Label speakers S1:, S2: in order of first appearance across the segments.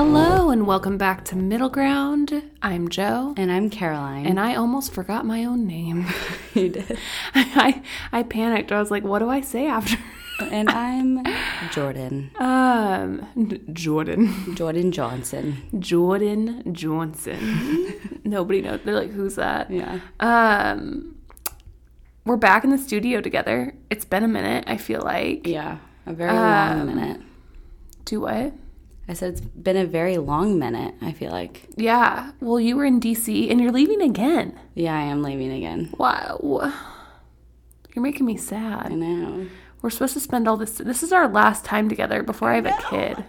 S1: and welcome back to Middle Ground. I'm Joe,
S2: And I'm Caroline.
S1: and I almost forgot my own name.
S2: you did.
S1: I I panicked. I was like, "What do I say after?"
S2: And I'm Jordan.
S1: Um, Jordan,
S2: Jordan Johnson.
S1: Jordan Johnson. Nobody knows. They're like, "Who's that?"
S2: Yeah.
S1: Um, we're back in the studio together. It's been a minute. I feel like.
S2: Yeah. A very long minute.
S1: Do what?
S2: I said it's been a very long minute, I feel like.
S1: Yeah. Well, you were in DC, and you're leaving again.
S2: Yeah, I am leaving again.
S1: Wow. You're making me sad.
S2: I know.
S1: We're supposed to spend all this. This is our last time together before I have a kid.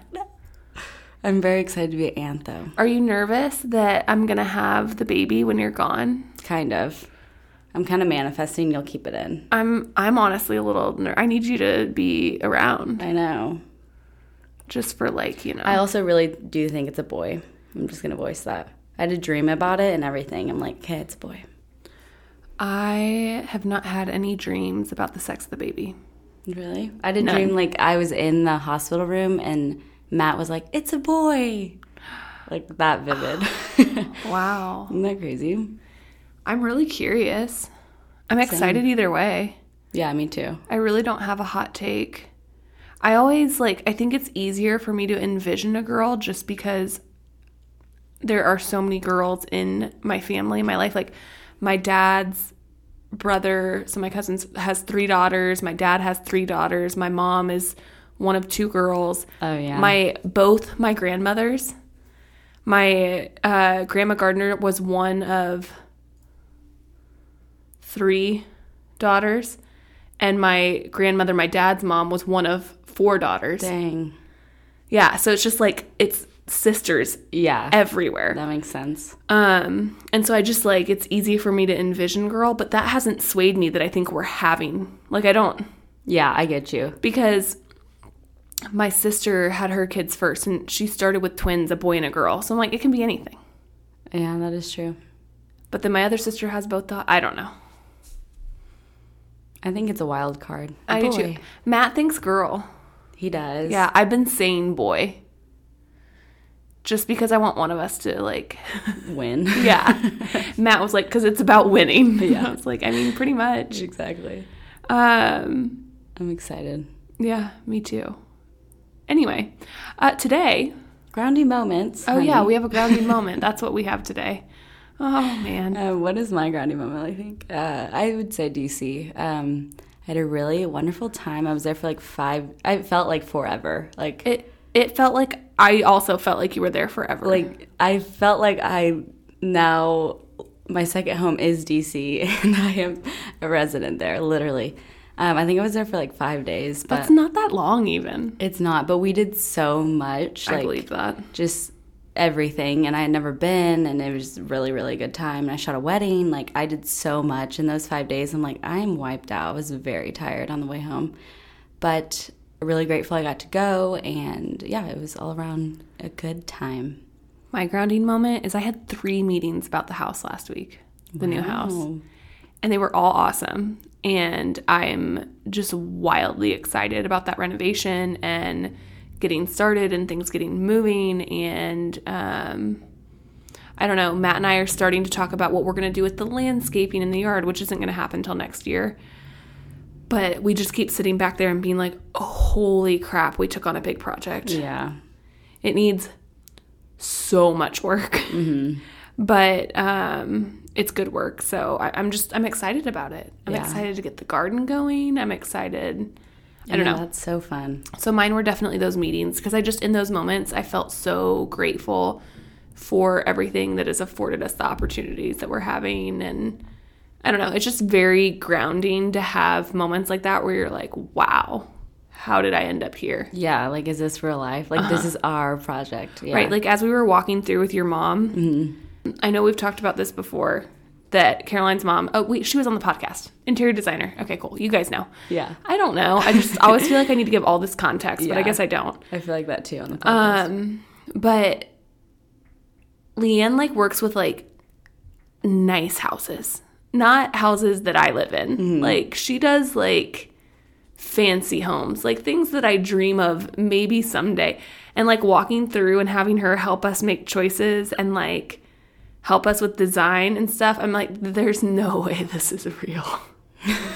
S2: I'm very excited to be an aunt, though.
S1: Are you nervous that I'm gonna have the baby when you're gone?
S2: Kind of. I'm kind of manifesting you'll keep it in.
S1: I'm. I'm honestly a little. Ner- I need you to be around
S2: I know.
S1: just for like you know.
S2: I also really do think it's a boy. I'm just going to voice that. I had a dream about it and everything. I'm like, okay, it's a boy.
S1: I have not had any dreams about the sex of the baby.
S2: Really? I did dream like I was in the hospital room and Matt was like, "It's a boy," like that vivid.
S1: Wow.
S2: Isn't that crazy?
S1: I'm really curious. I'm excited either way.
S2: Yeah, me too.
S1: I really don't have a hot take. I always like, I think it's easier for me to envision a girl just because there are so many girls in my family, my life. Like, my dad's brother, so my cousin's has three daughters. My dad has three daughters. My mom is one of two girls.
S2: Oh, yeah.
S1: My both my grandmothers. My uh, grandma Gardner was one of three daughters, and my grandmother, my dad's mom, was one of four daughters.
S2: Dang.
S1: Yeah, so it's just like it's sisters
S2: Yeah,
S1: everywhere.
S2: that makes sense.
S1: Um, and so I just like it's easy for me to envision girl, but that hasn't swayed me that I think we're having. Like I don't
S2: Yeah, I get you.
S1: because my sister had her kids first and she started with twins, a boy and a girl. So I'm like, it can be anything.
S2: Yeah, that is true.
S1: But then my other sister has both thought I don't know.
S2: I think it's a wild card. A
S1: I do
S2: boy.
S1: too. Matt thinks girl.
S2: He does.
S1: Yeah, I've been saying boy. Just because I want one of us to like
S2: Win.
S1: Yeah. Matt was like, because it's about winning. Yeah. I was like, I mean, pretty much.
S2: exactly.
S1: Um
S2: I'm excited.
S1: Yeah, me too. Anyway, uh, today.
S2: Grounding moments.
S1: Oh yeah, we have a grounding moment. That's what we have today. Oh man.
S2: Uh, what is my grounding moment? I think uh, I would say DC. Um, I had a really wonderful time. I was there for like five. I felt like forever. Like
S1: It it felt like I also felt like you were there forever.
S2: like I felt like I now my second home is DC, and I am a resident there. Literally, um, I think I was there for like five days, but
S1: it's not that long even.
S2: it's not. But we did so much.
S1: I
S2: like,
S1: believe that.
S2: just everything and I had never been and it was really really good time and I shot a wedding like I did so much in those 5 days I'm like I'm wiped out I was very tired on the way home but really grateful I got to go and yeah it was all around a good time
S1: My grounding moment is I had three meetings about the house last week, the new house,
S2: Wow.
S1: and they were all awesome. And I'm just wildly excited about that renovation and getting started and things getting moving. And um, I don't know, Matt and I are starting to talk about what we're going to do with the landscaping in the yard, which isn't going to happen till next year. But we just keep sitting back there and being like, oh, holy crap, we took on a big project.
S2: yeah
S1: It needs so much work,
S2: Mm-hmm.
S1: but um, it's good work. So I, I'm just I'm excited about it. I'm
S2: Yeah.
S1: excited to get the garden going. I'm excited. I don't
S2: Yeah,
S1: know.
S2: that's so fun
S1: So mine were definitely those meetings because I just in those moments I felt so grateful for everything that has afforded us the opportunities that we're having and I don't know, it's just very grounding to have moments like that where you're like, wow, how did I end up here?
S2: yeah like is this real life like this is our project
S1: Uh-huh.
S2: yeah Mm-hmm.
S1: right? Like as we were walking through with your mom, I know we've talked about this before. That Caroline's mom, oh, wait, she was on the podcast, interior designer. Okay, cool. You guys know.
S2: Yeah.
S1: I don't know. I just always feel like I need to give all this context, but I
S2: Yeah.
S1: guess I don't.
S2: I feel like that too on the podcast.
S1: Uh, But Leanne like works with like nice houses, not houses that I live in. Like she does like fancy homes, like things that I dream of maybe someday. And like walking through and having her help us make choices and like help us with design and stuff. I'm like, there's no way this is real.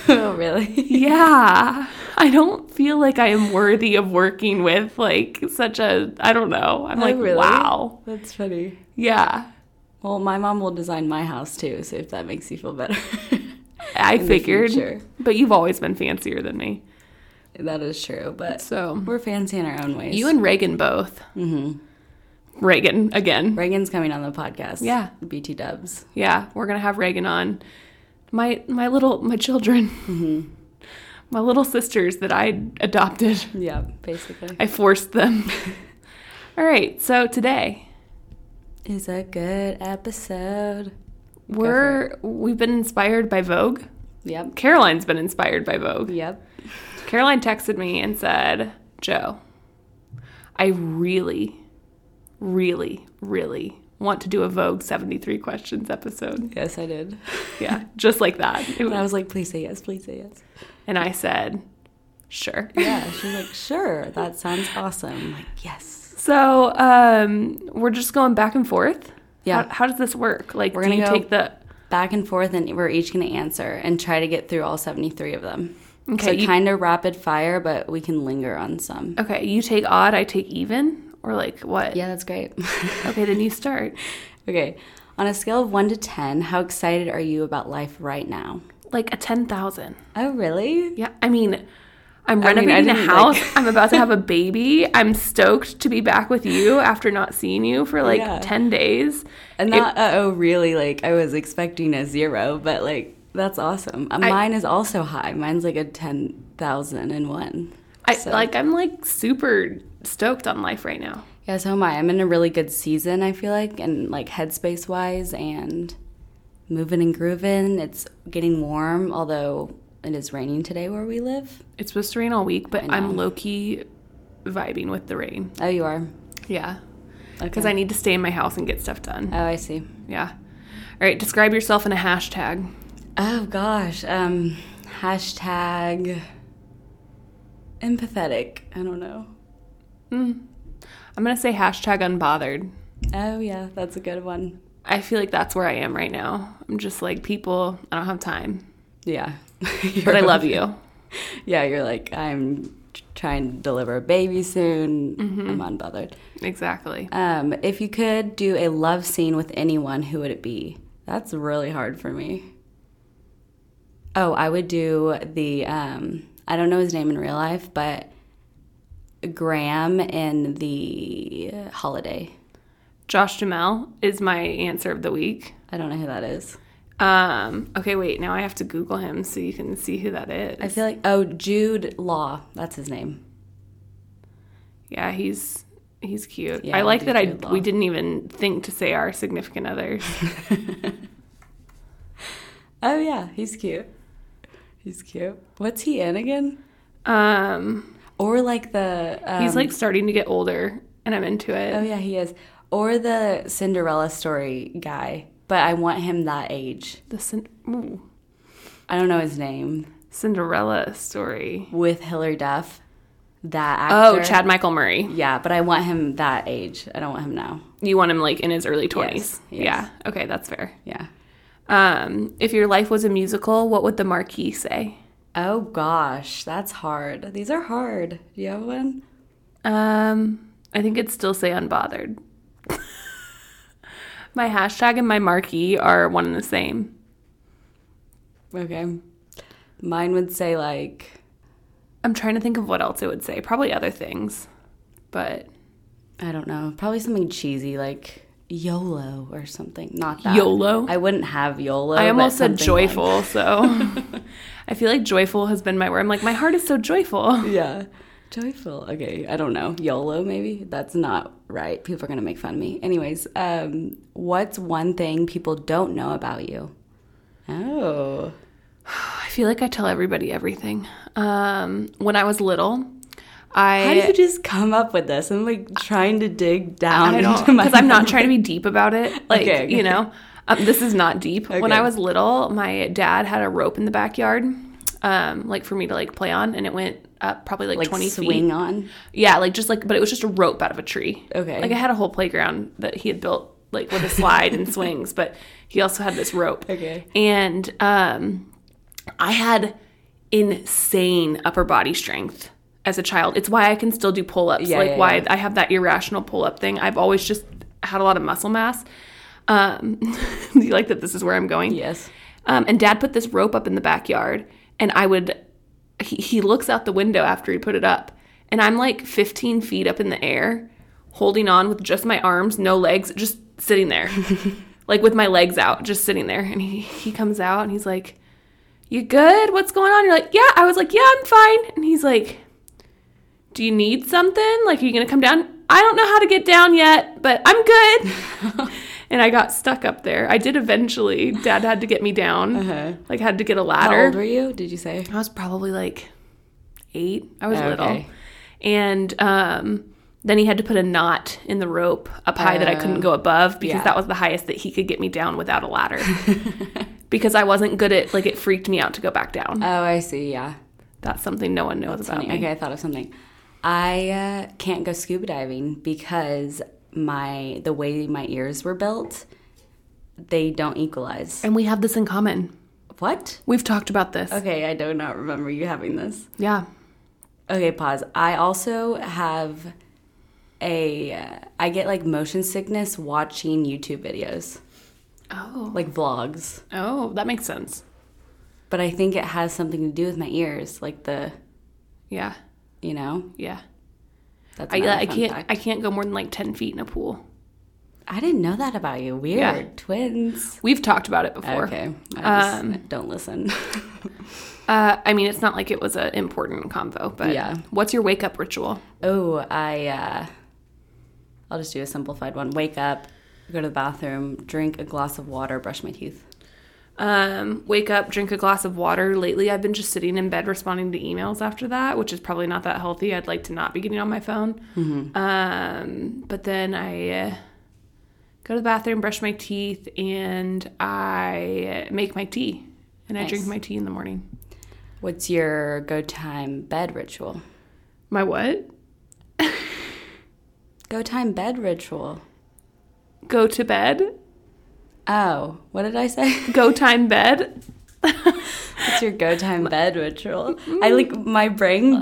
S2: oh, really?
S1: yeah. I don't feel like I am worthy of working with like such a, I don't know. I'm like,
S2: Oh, really?
S1: wow.
S2: That's funny.
S1: Yeah.
S2: Well, my mom will design my house too, so if that makes you feel better.
S1: I
S2: the future.
S1: figured, but you've always been fancier than me.
S2: that is true, but
S1: So
S2: we're fancy in our own ways.
S1: you and Reagan both. Mm-hmm. Reagan again.
S2: Reagan's coming on the podcast.
S1: Yeah.
S2: BT dubs.
S1: Yeah, we're gonna have Reagan on. My my little my children,
S2: Mm-hmm.
S1: my little sisters that I adopted.
S2: Yeah, basically.
S1: I forced them. All right, so today
S2: It's a good episode.
S1: we're we've been inspired by Vogue.
S2: Yep.
S1: Caroline's been inspired by Vogue.
S2: Yep.
S1: Caroline texted me and said, Joe, I really, really, really want to do a Vogue 73 questions episode.
S2: Yes, I did.
S1: Yeah, just like that. It
S2: And I
S1: was-
S2: was like, please say yes, please say yes.
S1: and I said, sure.
S2: Yeah. She's like, sure, that sounds awesome. I'm like, yes.
S1: So um, we're just going back and forth.
S2: Yeah.
S1: How, how does this work? Like,
S2: We're
S1: do
S2: gonna
S1: you
S2: go-
S1: take the
S2: Back and forth, and we're each going to answer and try to get through all 73 of them.
S1: Okay,
S2: So
S1: you-
S2: kind of rapid fire, but we can linger on some.
S1: okay? You take odd, I take even, or like what?
S2: Yeah, that's great.
S1: Okay, then you start.
S2: okay. On a scale of one to 10, how excited are you about life right now?
S1: Like a ten thousand.
S2: Oh, really?
S1: Yeah, I mean, I'm
S2: I mean, I
S1: renovating a
S2: didn't,
S1: house.
S2: like-
S1: I'm about to have a baby. I'm stoked to be back with you after not seeing you for like
S2: Yeah.
S1: 10 days.
S2: And
S1: It-
S2: not, uh oh, really? Like, I was expecting a zero, but like, that's awesome. Uh, Mine is also high. Mine's like a 10,001.
S1: I
S2: So-
S1: like I'm like super stoked on life right now.
S2: Yeah, so am I. I'm in a really good season, I feel like, and like headspace wise and moving and grooving. It's getting warm, although it is raining today where we live.
S1: It's supposed to rain all week, but
S2: I know.
S1: I'm low key vibing with the rain.
S2: Oh, you are?
S1: Yeah. Because
S2: Okay.
S1: I need to stay in my house and get stuff done.
S2: Oh, I see.
S1: Yeah. All right, describe yourself in a hashtag.
S2: Oh, gosh. Um, hashtag empathetic. I don't know.
S1: I'm going to say hashtag unbothered.
S2: Oh, yeah, that's a good one.
S1: I feel like that's where I am right now. I'm just like, people, I don't have time,
S2: Yeah.
S1: but I love you.
S2: Yeah, you're like, I'm t- trying to deliver a baby soon. I'm
S1: Mm-hmm.
S2: unbothered.
S1: Exactly.
S2: Um, if you could do a love scene with anyone, who would it be? That's really hard for me. Oh, I would do the um, I don't know his name in real life, but Graham in the holiday.
S1: Josh Jamel is my answer of the week.
S2: I don't know who that is.
S1: Um, okay, wait, now I have to Google him so you can see who that is.
S2: I feel like oh Jude Law, that's his name.
S1: yeah, he's he's cute.
S2: Yeah,
S1: I like
S2: I
S1: that
S2: do
S1: I
S2: too, love.
S1: we didn't even think to say our significant others.
S2: Oh yeah, he's cute. He's cute. What's he in again?
S1: Um,
S2: Or like the um,
S1: he's like starting to get older, and I'm into it.
S2: Oh yeah, he is. Or the Cinderella story guy, but I want him that age.
S1: The Cin- ooh,
S2: I don't know his name.
S1: Cinderella story.
S2: With Hilary Duff, that
S1: Oh,
S2: actor.
S1: Chad Michael Murray.
S2: Yeah, but I want him that age. I don't want him now.
S1: You want him like in his early twenties?
S2: Yes, yes.
S1: Yeah. Okay, that's fair.
S2: Yeah.
S1: Um, if your life was a musical, what would the marquee say?
S2: Oh gosh, that's hard. These are hard. Do you have one?
S1: Um, I think it'd still say unbothered. my hashtag and my marquee are one and the same.
S2: Okay. Mine would say like
S1: I'm trying to think of what else it would say. Probably other things, but
S2: I don't know, probably something cheesy like YOLO or something. Not that
S1: YOLO?
S2: I wouldn't have YOLO.
S1: I
S2: but
S1: almost said
S2: something like-
S1: joyful. so I feel like joyful has been my word. I'm like my heart is so joyful.
S2: yeah. Joyful. Okay, I don't know. YOLO, maybe? That's not right. People are going to make fun of me. Anyways, um, what's one thing people don't know about you? Oh.
S1: I feel like I tell everybody everything. Um, when I was little, I
S2: How do you just come up with this? I'm like trying to dig down
S1: I don't
S2: into my.
S1: because I'm not trying to be deep about it. Like
S2: Okay, okay.
S1: you know, um, this is not deep. When
S2: Okay.
S1: I was little, my dad had a rope in the backyard, um, like for me to like play on, and it went up probably like,
S2: Like
S1: 20
S2: swing
S1: feet.
S2: on.
S1: Yeah, like just like, but it was just a rope out of a tree.
S2: Okay.
S1: Like I had a whole playground that he had built like with a slide and swings, but he also had this rope.
S2: Okay.
S1: And um, I had insane upper body strength as a child. It's why I can still do pull ups.
S2: Yeah,
S1: like
S2: yeah,
S1: why
S2: yeah.
S1: I have that irrational pull up thing. I've always just had a lot of muscle mass. Um, do you like that this is where I'm going?
S2: Yes.
S1: Um, and dad put this rope up in the backyard, and I would, he, he looks out the window after he put it up, and I'm like 15 feet up in the air, holding on with just my arms, no legs, just sitting there, like with my legs out, just sitting there. And he, he comes out and he's like, You good? What's going on? You're like, Yeah. I was like, Yeah, I'm fine. And he's like, Do you need something? Like, are you going to come down? I don't know how to get down yet, but I'm good. and I got stuck up there. I did eventually. Dad had to get me down.
S2: Uh-huh.
S1: Like had to get a ladder.
S2: How old were you? Did you say?
S1: I was probably like eight. I was
S2: Oh, Okay.
S1: little. And um, then he had to put a knot in the rope up high that I couldn't go above because
S2: Oh, yeah.
S1: that was the highest that he could get me down without a ladder. because I wasn't good at, like, it freaked me out to go back down.
S2: Oh, I see. Yeah.
S1: That's something no one knows about
S2: Funny.
S1: me.
S2: Okay, I thought of something. I uh, can't go scuba diving because my the way my ears were built, they don't equalize.
S1: And we have this in common.
S2: What?
S1: We've talked about this.
S2: Okay, I do not remember you having this.
S1: Yeah.
S2: Okay, pause. I also have a uh, I get like motion sickness watching YouTube videos,
S1: Oh.
S2: like vlogs.
S1: Oh, that makes sense.
S2: But I think it has something to do with my ears, like the,
S1: Yeah.
S2: you know,
S1: Yeah.
S2: that's
S1: I,
S2: another
S1: I
S2: fun
S1: can't
S2: fact.
S1: I can't go more than like 10 feet in a pool.
S2: I didn't know that about you. Weird.
S1: Yeah.
S2: Twins.
S1: We've talked about it before.
S2: Okay. I just
S1: um,
S2: don't listen.
S1: Uh, I mean, it's not like it was an important convo, but
S2: Yeah.
S1: what's your wake up ritual?
S2: oh, I uh I'll just do a simplified one. Wake up, go to the bathroom, drink a glass of water, brush my teeth.
S1: Um, wake up, drink a glass of water. Lately, I've been just sitting in bed responding to emails after that, which is probably not that healthy. I'd like to not be getting on my phone. Mm-hmm. Um, but then I uh, go to the bathroom, brush my teeth, and I make my tea. And I
S2: Nice.
S1: drink my tea in the morning.
S2: What's your go time bed ritual?
S1: My what?
S2: Go time bed ritual.
S1: Go to bed.
S2: Oh, what did I say?
S1: Go time bed.
S2: What's your go time bed ritual? I like my brain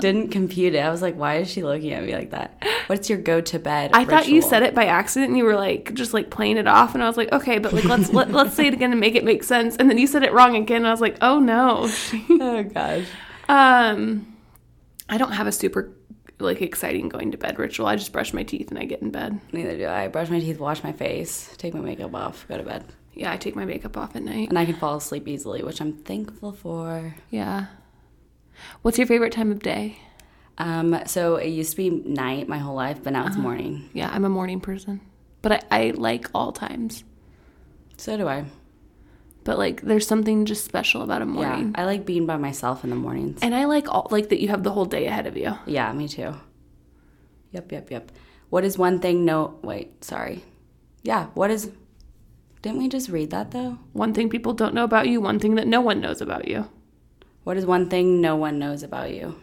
S2: didn't compute it. I was like, why is she looking at me like that? What's your go to bed?
S1: I thought you said it by accident and you were like just like playing it off and I was like, okay, but like let's let, let's say it again and make it make sense. And then you said it wrong again and I was like, oh no.
S2: Oh gosh.
S1: Um I don't have a super like exciting going to bed ritual. I just brush my teeth and I get in bed.
S2: Neither do I. Brush my teeth, wash my face, take my makeup off, go to bed,
S1: Yeah, I take my makeup off at night.
S2: and I can fall asleep easily, which I'm thankful for.
S1: Yeah. What's your favorite time of day?
S2: Um, so it used to be night my whole life, but now
S1: Ah.
S2: it's morning.
S1: Yeah, I'm a morning person. But I, I like all times.
S2: So do I.
S1: But like there's something just special about a morning.
S2: Yeah, I like being by myself in the mornings.
S1: And I like all like that you have the whole day ahead of you.
S2: Yeah, me too. Yep, yep, yep. What is one thing no wait, sorry. Yeah, what is Didn't we just read that though?
S1: One thing people don't know about you, one thing that no one knows about you.
S2: What is one thing no one knows about you?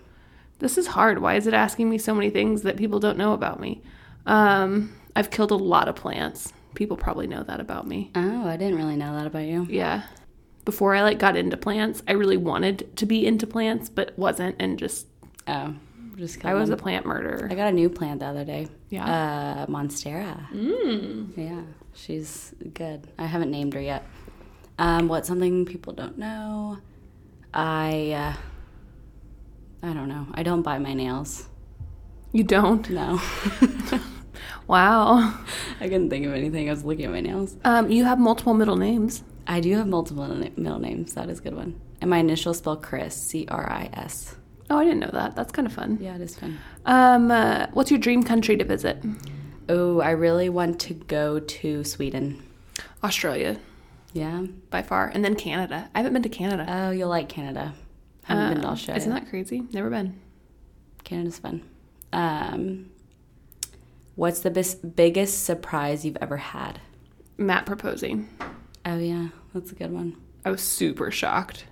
S1: This is hard. Why is it asking me so many things that people don't know about me? Um, I've killed a lot of plants. People probably know that about me.
S2: Oh, I didn't really know that about you.
S1: Yeah. Before I like got into plants, I really wanted to be into plants but wasn't and just
S2: Oh, just
S1: I
S2: I
S1: was a plant murderer.
S2: I got a new plant the other day.
S1: Yeah.
S2: Uh Monstera. Yeah, she's good. I haven't named her yet. Um, what's something people don't know? I uh, I don't know. I don't buy my nails.
S1: You don't?
S2: No.
S1: Wow.
S2: I couldn't think of anything. I was looking at my nails.
S1: Um, you have multiple middle names.
S2: I do have multiple na- middle names. That is a good one. And my initials spell Chris, C R I S.
S1: Oh, I didn't know that. That's kind of fun.
S2: Yeah, it is fun.
S1: Um, uh, what's your dream country to visit?
S2: Oh, I really want to go to Sweden.
S1: Australia.
S2: Yeah.
S1: by far, and then Canada. I haven't been to Canada.
S2: Oh, you'll like Canada. Haven't been to
S1: Um,
S2: Australia.
S1: Isn't that crazy? Never been.
S2: Canada's fun. Um, what's the bis- biggest surprise you've ever had?
S1: Matt proposing.
S2: Oh yeah, that's a good one.
S1: I was super shocked.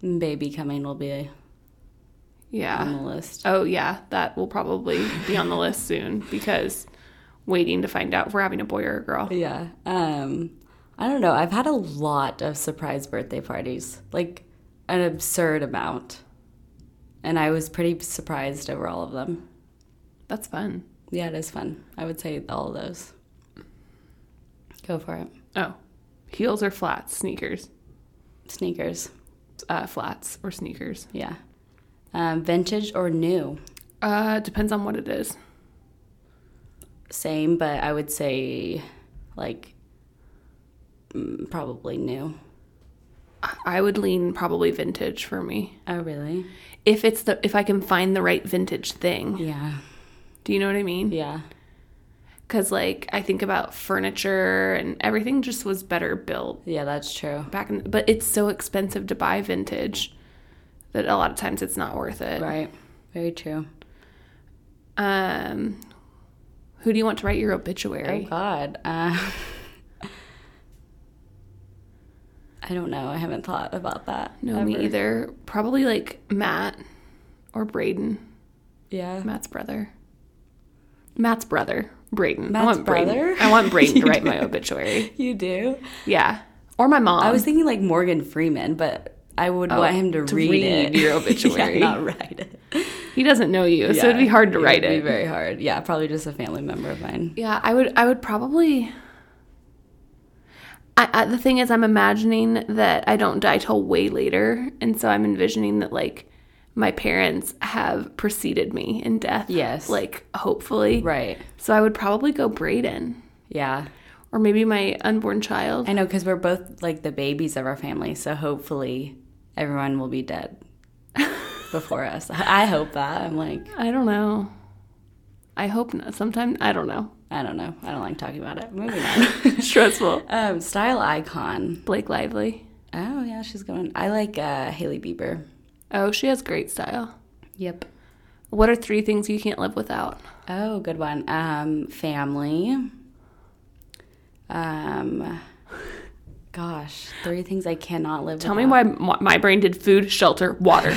S2: Baby coming will be on
S1: Yeah.
S2: the list.
S1: Oh, yeah. That will probably be on the list soon because waiting to find out if we're having a boy or a girl.
S2: Yeah. Um, I don't know. I've had a lot of surprise birthday parties, like an absurd amount. And I was pretty surprised over all of them.
S1: That's fun.
S2: Yeah, it is fun. I would say all of those. Go for it.
S1: Oh, heels or flats? Sneakers.
S2: Sneakers.
S1: Uh, flats or sneakers.
S2: Yeah. Um, vintage or new?
S1: Uh, depends on what it is.
S2: Same, but I would say like mm, probably new.
S1: I- I would lean probably vintage for me.
S2: Oh, really?
S1: If it's the if I can find the right vintage thing.
S2: Yeah.
S1: Do you know what I mean?
S2: Yeah.
S1: Cuz like I think about furniture and everything just was better built
S2: Yeah, that's true.
S1: back in but it's so expensive to buy vintage that a lot of times it's not worth it.
S2: Right. Very true.
S1: Um who do you want to write your
S2: Oh
S1: obituary?
S2: God. Uh, I don't know. I haven't thought about that.
S1: no, me
S2: ever.
S1: either. Probably like Matt or Braden,
S2: Yeah.
S1: Matt's brother. Matt's brother, Braden. I
S2: Matt's
S1: want Braden.
S2: brother?
S1: I want Braden to write my obituary.
S2: You do.
S1: Um, Yeah. Or my mom.
S2: I was thinking like Morgan Freeman, but I would want him to,
S1: Oh, to
S2: read,
S1: read
S2: it.
S1: your
S2: Yeah,
S1: obituary.
S2: not write it.
S1: he doesn't know you, so it'd be hard to write
S2: It'd
S1: it.
S2: be very hard. Yeah, probably just a family member of mine.
S1: yeah, I would I would probably I, I the thing is I'm imagining that I don't die till way later, and so I'm envisioning that like my parents have preceded me in death.
S2: Yes.
S1: Like hopefully.
S2: Right.
S1: So I would probably go Braden.
S2: Yeah.
S1: Or maybe my unborn child.
S2: I know because we're both like the babies of our family, so hopefully everyone will be dead before us. I hope that. I'm like,
S1: I don't know. I hope not. Sometimes I don't know.
S2: I don't know. I don't like talking about it. Moving on.
S1: Stressful.
S2: um, style icon.
S1: Blake Lively.
S2: Oh yeah, she's going. I like uh, Haley Bieber.
S1: Oh, she has great style.
S2: Yep.
S1: What are three things you can't live without?
S2: Oh, good one. Um, family. Um, gosh, three things I cannot live.
S1: Tell me why m- my brain did food, shelter, water.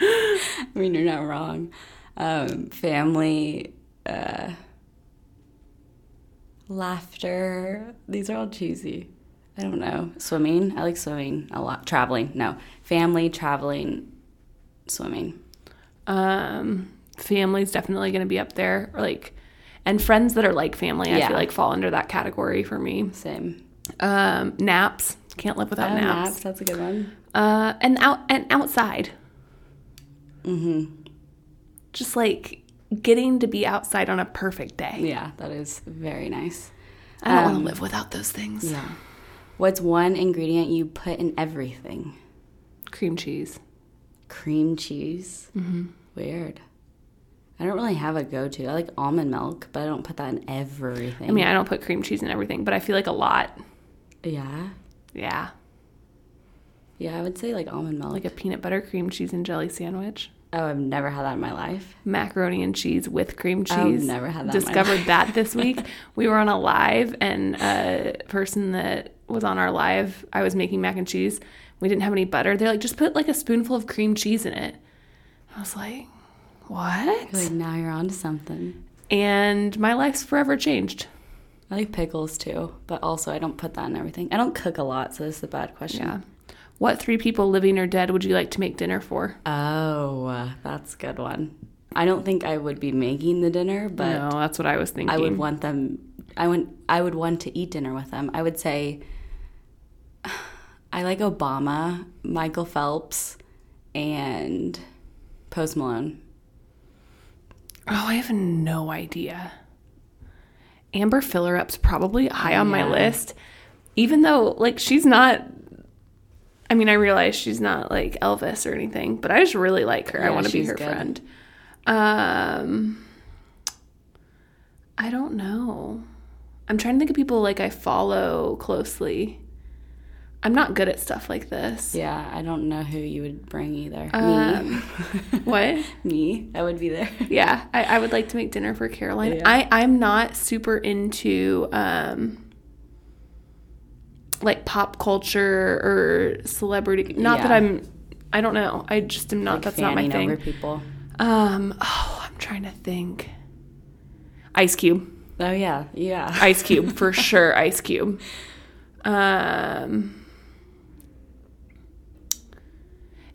S2: I mean, you're not wrong. Um, family, uh, laughter. These are all cheesy. I don't know. Swimming. I like swimming a lot. Traveling. No. Family, traveling, swimming.
S1: um, family's definitely going to be up there. or Like, and friends that are like family, I
S2: Yeah.
S1: feel like fall under that category for me.
S2: Same.
S1: Um, naps. Can't live without
S2: Oh,
S1: naps.
S2: naps. That's a good one.
S1: Uh, and out and outside. Mm-hmm.
S2: Mm-hmm.
S1: Just like getting to be outside on a perfect day.
S2: Yeah, that is very nice.
S1: I don't want to live without those things.
S2: Um, Yeah. What's one ingredient you put in everything?
S1: Cream cheese.
S2: Cream cheese. Mm-hmm. Weird. I don't really have a go to. I like almond milk, but I don't put that in everything.
S1: I mean, I don't put cream cheese in everything, but I feel like a lot.
S2: yeah.
S1: Yeah.
S2: Yeah, I would say like almond milk.
S1: Like a peanut butter cream cheese and jelly sandwich.
S2: oh, I've never had that in my life.
S1: macaroni and cheese with cream cheese.
S2: I've never had that in my
S1: Discovered that this week. We were on a live, and a person that was on our live, I was making mac and cheese. We didn't have any butter. They're like, just put like a spoonful of cream cheese in it. I was like, what?
S2: Like now you're onto something.
S1: And my life's forever changed.
S2: I like pickles too, but also I don't put that in everything. I don't cook a lot, so this is a bad question.
S1: Yeah. What three people, living or dead, would you like to make dinner for?
S2: Oh, uh, that's a good one. I don't think I would be making the dinner, but
S1: no, that's what I was thinking.
S2: Uh, I would want them. I would. I would want to eat dinner with them. I would say. I like Obama, Michael Phelps, and Post Malone.
S1: Oh, I have no idea. Amber Fillerup's probably high on my list, even though like she's not. I mean, I realize she's not like Elvis or anything, but I just really like her. I
S2: Yeah,
S1: want to be
S2: she's
S1: her
S2: good.
S1: friend. Um, I don't know. I'm trying to think of people like I follow closely. I'm not good at stuff like this.
S2: Yeah, I don't know who you would bring either.
S1: Uh, What?
S2: me, me, I would be there.
S1: yeah I, I would like to make dinner for caroline i i'm not super into um like pop culture or celebrity. Not that
S2: Yeah.
S1: I'm, I don't know. I just am not. that's not my
S2: Fanning
S1: thing.
S2: over people.
S1: Um. Oh, I'm trying to think. Ice Cube.
S2: Oh yeah, yeah.
S1: Ice Cube for sure. Ice Cube. Um.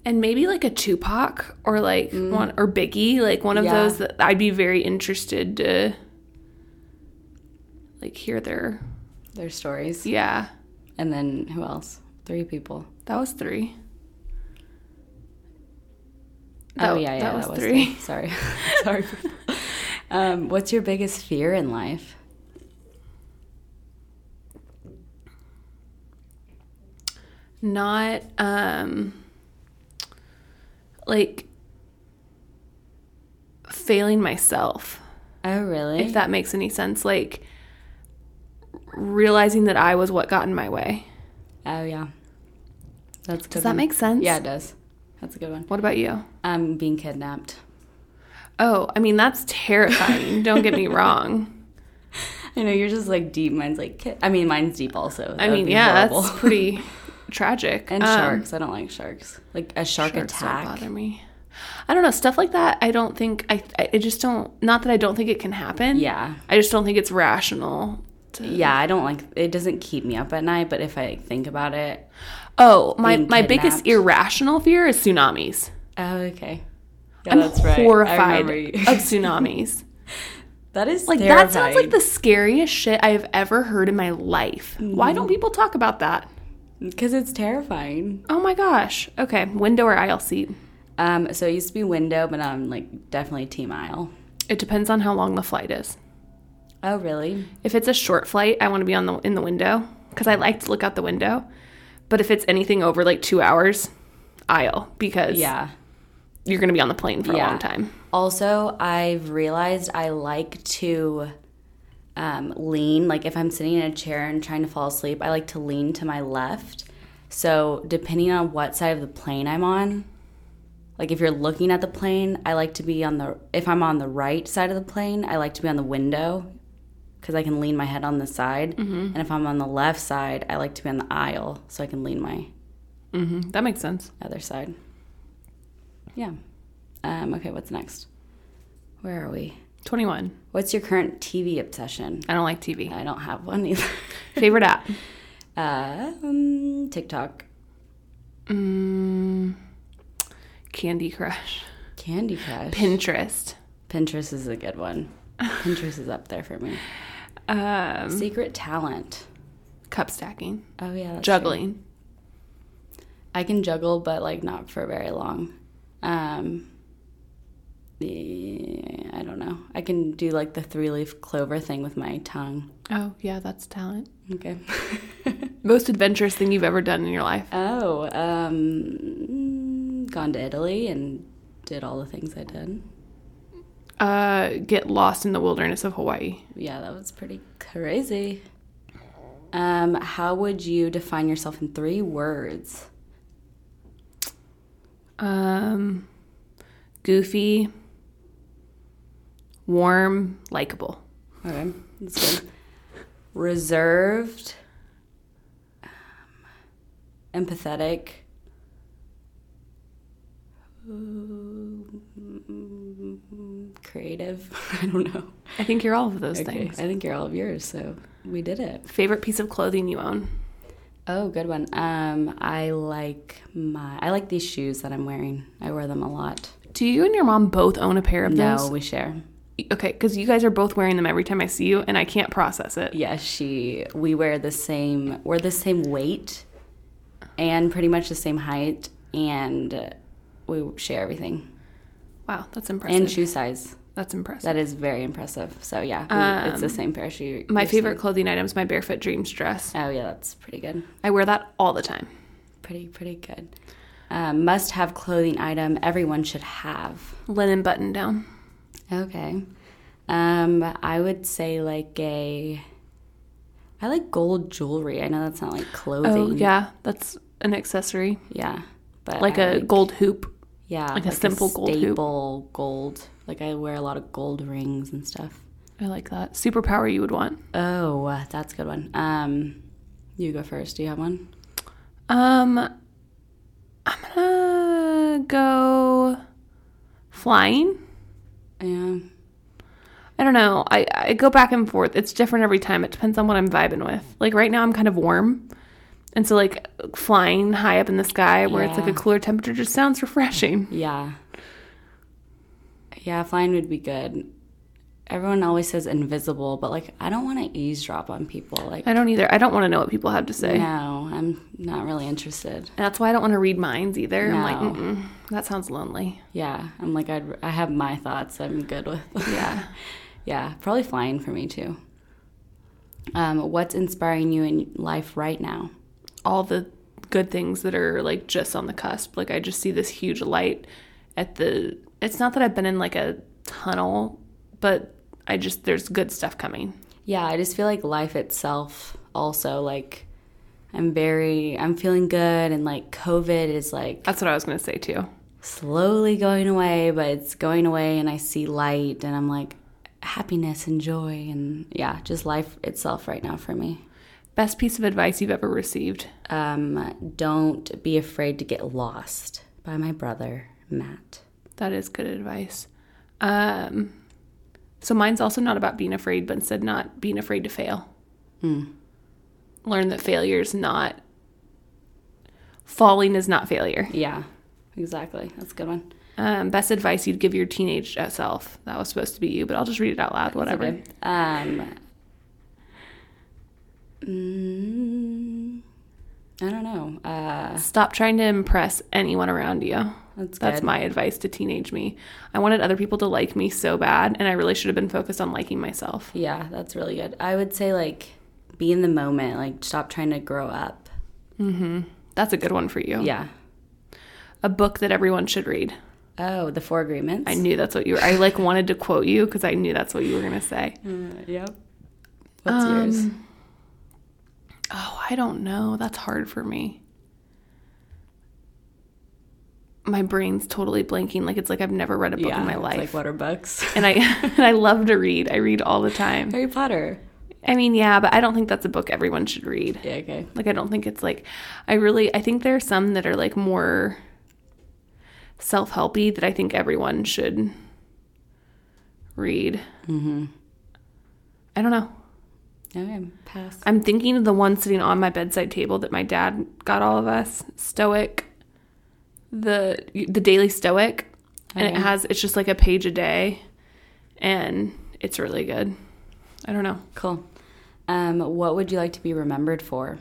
S1: And maybe like a Tupac or like one or Biggie, like one of
S2: Mm. Yeah.
S1: those that I'd be very interested to like hear their
S2: Their stories.
S1: yeah.
S2: And then who else? Three people.
S1: That was three.
S2: oh
S1: That-
S2: yeah, yeah.
S1: that was
S2: three.
S1: three.
S2: Sorry, sorry. um, what's your biggest fear in life?
S1: Not um like failing myself.
S2: Oh really?
S1: if that makes any sense. Like realizing that I was what got in my way.
S2: oh yeah. That's a good.
S1: Does that
S2: one.
S1: make sense?
S2: Mm-hmm. Yeah, it does. That's a good one.
S1: What about you?
S2: Um, being kidnapped.
S1: Oh, I mean that's terrifying. Don't get me wrong.
S2: I know you're just like deep. Mine's like. Kid- I mean, mine's deep also. That
S1: I
S2: would
S1: mean,
S2: be
S1: yeah,
S2: horrible.
S1: that's pretty tragic.
S2: And
S1: Um,
S2: sharks. I don't like sharks. Like a shark
S1: sharks don't
S2: attack.
S1: bother me. I don't know stuff like that. I don't think I. I I just don't. Not that I don't think it can happen.
S2: Yeah.
S1: I just don't think it's rational. To,
S2: Yeah, I don't like it doesn't keep me up at night, but if I think about it.
S1: oh, my
S2: Being
S1: my biggest
S2: kidnapped.
S1: irrational fear is tsunamis.
S2: Oh, okay. Yeah,
S1: I'm
S2: that's right. I
S1: horrified
S2: remember you-
S1: of tsunamis.
S2: that is
S1: Like
S2: terrifying.
S1: that sounds like the scariest shit I have ever heard in my life. Why don't people talk about that?
S2: because it's terrifying.
S1: Oh my gosh. Okay, window or aisle seat.
S2: Um, so it used to be window, but I'm like definitely team aisle.
S1: It depends on how long the flight is.
S2: Oh, really?
S1: If it's a short flight, I want to be on the in the window because I like to look out the window. But if it's anything over like two hours, aisle because
S2: Yeah.
S1: you're going to be on the plane for
S2: Yeah.
S1: a long time.
S2: Also, I've realized I like to um, lean. Like if I'm sitting in a chair and trying to fall asleep, I like to lean to my left. So depending on what side of the plane I'm on, like if you're looking at the plane, I like to be on the. If I'm on the right side of the plane, I like to be on the window because I can lean my head on the side. And if I'm on the left side, I like to be on the aisle so I can lean my
S1: Mm, That makes sense.
S2: other side. Yeah. Um, okay, what's next? Where are we?
S1: Twenty one.
S2: What's your current TV obsession?
S1: I don't like TV.
S2: I don't have one either.
S1: Favorite app.
S2: Um, TikTok,
S1: Mm, Candy Crush.
S2: Candy Crush,
S1: Pinterest.
S2: Pinterest is a good one. Pinterest is up there for me.
S1: Um,
S2: Secret talent.
S1: cup stacking.
S2: Oh yeah, that's
S1: Juggling.
S2: true. I can juggle, but like not for very long. Um, yeah, I don't know. I can do like the three leaf clover thing with my tongue.
S1: Oh, yeah, that's talent.
S2: Okay.
S1: Most adventurous thing you've ever done in your life.
S2: Oh, um, gone to Italy and did all the things I did.
S1: Uh, get lost in the wilderness of Hawaii.
S2: Yeah, that was pretty crazy. Um, how would you define yourself in three words?
S1: Um, goofy, warm, likable.
S2: Okay, that's good. Reserved, um, empathetic, um, creative. I don't know.
S1: I think you're all of those
S2: Okay,
S1: things.
S2: I think you're all of yours, so we did it.
S1: Favorite piece of clothing you own?
S2: Oh, good one. Um, I like my I like these shoes that I'm wearing. I wear them a lot.
S1: Do you and your mom both own a pair of
S2: No,
S1: those?
S2: we share.
S1: Okay, because you guys are both wearing them every time I see you, and I can't process it.
S2: Yeah, she we wear the same we're the same weight and pretty much the same height and we share everything.
S1: Wow, that's impressive.
S2: And shoe size.
S1: that's impressive.
S2: That is very impressive. So yeah, we- it's the same pair of shoes.
S1: Um, My favorite clothing item is my barefoot dreams dress.
S2: Oh yeah, that's pretty good.
S1: I wear that all the time.
S2: Pretty pretty good. Um, must have clothing item everyone should have.
S1: Linen button down.
S2: Okay. Um, I would say like a. I like gold jewelry. I know that's not like
S1: Oh
S2: clothing.
S1: yeah, that's an accessory,
S2: Yeah, but
S1: like
S2: I
S1: a gold hoop.
S2: yeah,
S1: like a simple gold hoop.
S2: staple gold. Like I wear a lot of gold rings and stuff.
S1: I like that superpower you would want.
S2: Oh, uh, that's a good one. Um, You go first. Do you have one?
S1: Um, I'm gonna go flying.
S2: Yeah.
S1: I don't know. I, I go back and forth. It's different every time. It depends on what I'm vibing with. Like right now, I'm kind of warm. And so, like, flying high up in the sky where it's like a
S2: Yeah.
S1: cooler temperature just sounds refreshing.
S2: Yeah. Yeah, flying would be good. Everyone always says invisible, but like I don't want to eavesdrop on people. Like
S1: I don't either. I don't want to know what people have to say.
S2: no, I'm not really interested.
S1: And that's why I don't want to read minds either. I'm like,
S2: No.
S1: Mm-mm, that sounds lonely.
S2: Yeah, I'm like I'd, I have my thoughts. I'm good with.
S1: Yeah.
S2: yeah, probably flying for me too. Um, what's inspiring you in life right now?
S1: all the good things that are like just on the cusp. Like I just see this huge light at the it's not that I've been in like a tunnel, but I just there's good stuff coming.
S2: Yeah, I just feel like life itself also like I'm very I'm feeling good and like COVID is like
S1: That's what I was going to say too.
S2: slowly going away, but it's going away, and I see light, and I'm like, happiness and joy, and yeah, just life itself right now for me.
S1: Best piece of advice you've ever received.
S2: Um, don't be afraid to get lost by my brother, Matt.
S1: That is good advice. Um so mine's also not about being afraid, but instead not being afraid to fail. Learn that failure is not falling is not failure.
S2: Yeah, exactly. That's a good one.
S1: Um, best advice you'd give your teenage uh, self. That was supposed to be you, but I'll just read it out loud. Whatever.
S2: Okay. Um, mm, I don't know. Uh,
S1: Stop trying to impress anyone around you.
S2: that's good.
S1: That's my advice to teenage me. I wanted other people to like me so bad, and I really should have been focused on liking myself.
S2: Yeah, that's really good. I would say like be in the moment. Like stop trying to grow up.
S1: That's a good one for you.
S2: Yeah.
S1: A book that everyone should read.
S2: Oh, the four agreements.
S1: I knew that's what you were. I like wanted to quote you because I knew that's what you were gonna say.
S2: Mm. yep. What's yours?
S1: Oh, I don't know. That's hard for me. My brain's totally blanking. Like it's like I've never read a book in my
S2: it's
S1: life.
S2: like what are books?
S1: and I and I love to read. I read all the time.
S2: Harry Potter.
S1: I mean, yeah, but I don't think that's a book everyone should read.
S2: Yeah. Okay.
S1: Like I don't think it's like I really I think there are some that are like more self-helpy that I think everyone should read. Mm-hmm. I don't know.
S2: Okay. Pass.
S1: I'm thinking of the one sitting on my bedside table that my dad got all of us. Stoic, the the Daily Stoic, and it
S2: Okay.
S1: has it's just like a page a day, and it's really good. I don't know.
S2: Cool. Um, what would you like to be remembered for?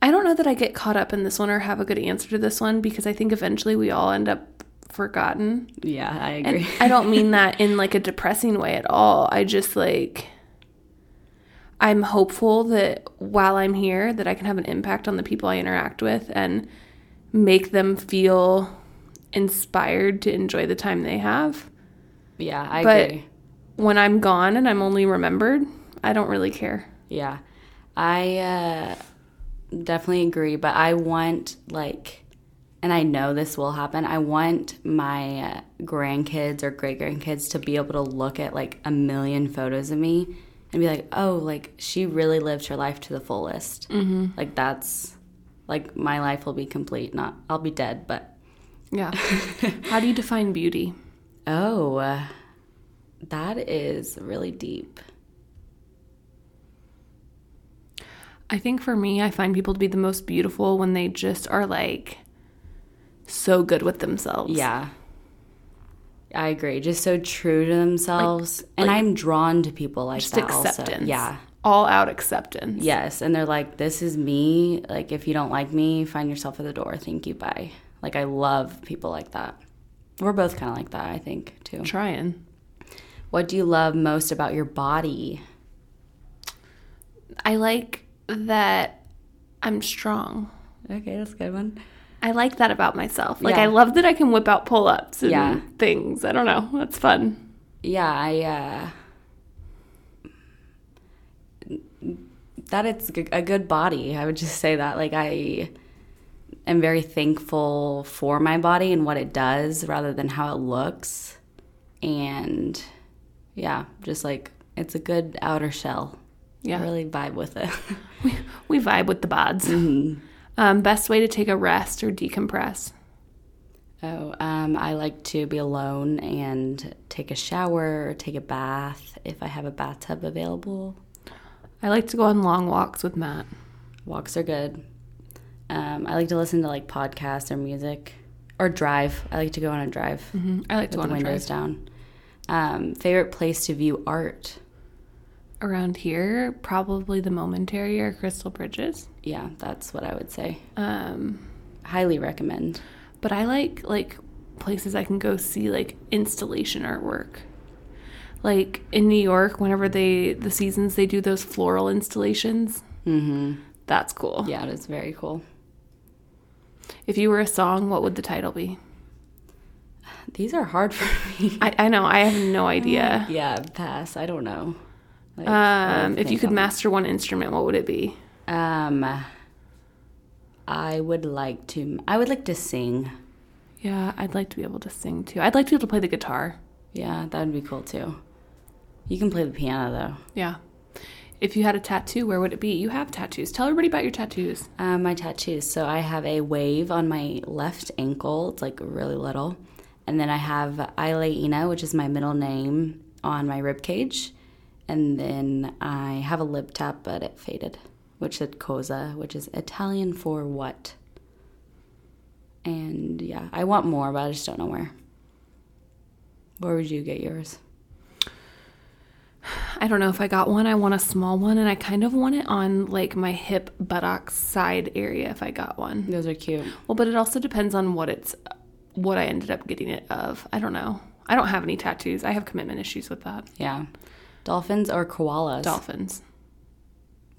S1: I don't know that I get caught up in this one or have a good answer to this one because I think eventually we all end up forgotten.
S2: Yeah, I
S1: And I don't mean that in like a depressing way at all. I just like I'm hopeful that while I'm here that I can have an impact on the people I interact with and make them feel inspired to enjoy the time they have.
S2: yeah, I
S1: But-
S2: agree.
S1: When I'm gone and I'm only remembered, I don't really care.
S2: Yeah, I uh, definitely agree. But I want like, and I know this will happen. I want my uh, grandkids or great grandkids to be able to look at like a million photos of me and be like, oh, like she really lived her life to the fullest. Mm-hmm. Like that's like my life will be complete. Not I'll be dead, but
S1: Yeah. How do you define beauty?
S2: Oh, uh, that is really deep.
S1: I think for me, I find people to be the most beautiful when they just are like so good with themselves.
S2: Yeah. I agree. Just so true to themselves. and
S1: like-
S2: I'm drawn to people like
S1: Just
S2: that
S1: acceptance.
S2: also. Yeah.
S1: All out acceptance.
S2: Yes. And they're like, this is me. Like, if you don't like me, find yourself at the door. Thank you. Bye. Like, I love people like that. We're both kind of like that, I think, too.
S1: Trying.
S2: What do you love most about your body?
S1: I like that I'm strong.
S2: Okay, that's a good one.
S1: I like that about myself. Like
S2: Yeah.
S1: I love that I can whip out pull ups and
S2: Yeah.
S1: things. I don't know. That's fun.
S2: yeah i uh that it's g- a good body i would just say that like i am very thankful for my body and what it does rather than how it looks and yeah just like it's a good outer shell
S1: Yeah.
S2: I really vibe with it.
S1: We, we vibe with the bods.
S2: Mm-hmm.
S1: Um, best way to take a rest or decompress.
S2: oh, um, I like to be alone and take a shower, or take a bath if I have a bathtub available.
S1: I like to go on long walks with Matt.
S2: Walks are good. Um, I like to listen to like podcasts or music or drive. I like to go on a drive.
S1: Mhm. I like to go
S2: with
S1: on a
S2: the windows
S1: drive.
S2: down. Um, favorite place to view art?
S1: Around here, probably the momentary or crystal bridges.
S2: Yeah, that's what I would say.
S1: Um,
S2: Highly recommend.
S1: but I like like places I can go see like installation artwork. Like in New York, whenever they the seasons they do those floral installations.
S2: Mm-hmm.
S1: That's cool.
S2: Yeah, it's very cool.
S1: If you were a song, what would the title be?
S2: These are hard for me.
S1: I, I know I have no idea.
S2: yeah, pass. I don't know. Like, I
S1: Um,
S2: would
S1: if you
S2: think
S1: could
S2: on-
S1: master one instrument, what would it be?
S2: um, I would like to. I would like to sing.
S1: Yeah, I'd like to be able to sing too. I'd like to be able to play the guitar.
S2: Yeah, that would be cool too. You can play the piano
S1: Yeah. If you had a tattoo, where would it be? You have tattoos. Tell everybody about your tattoos.
S2: though. Um, my tattoos. So I have a wave on my left ankle. It's like really little, and then I have Ilaina, which is my middle name, on my rib cage, and then I have a lip tap, but it faded, which said cosa, which is Italian for what. And yeah, I want more, but I just don't know where. Where would you get yours?
S1: I don't know if I got one. I want a small one, and I kind of want it on like my hip buttocks side area if I got one.
S2: Those are cute.
S1: Well, but it also depends on what it's what I ended up getting it of. I don't know. I don't have any tattoos. I have commitment issues with that.
S2: Yeah. Dolphins or koalas?
S1: Dolphins.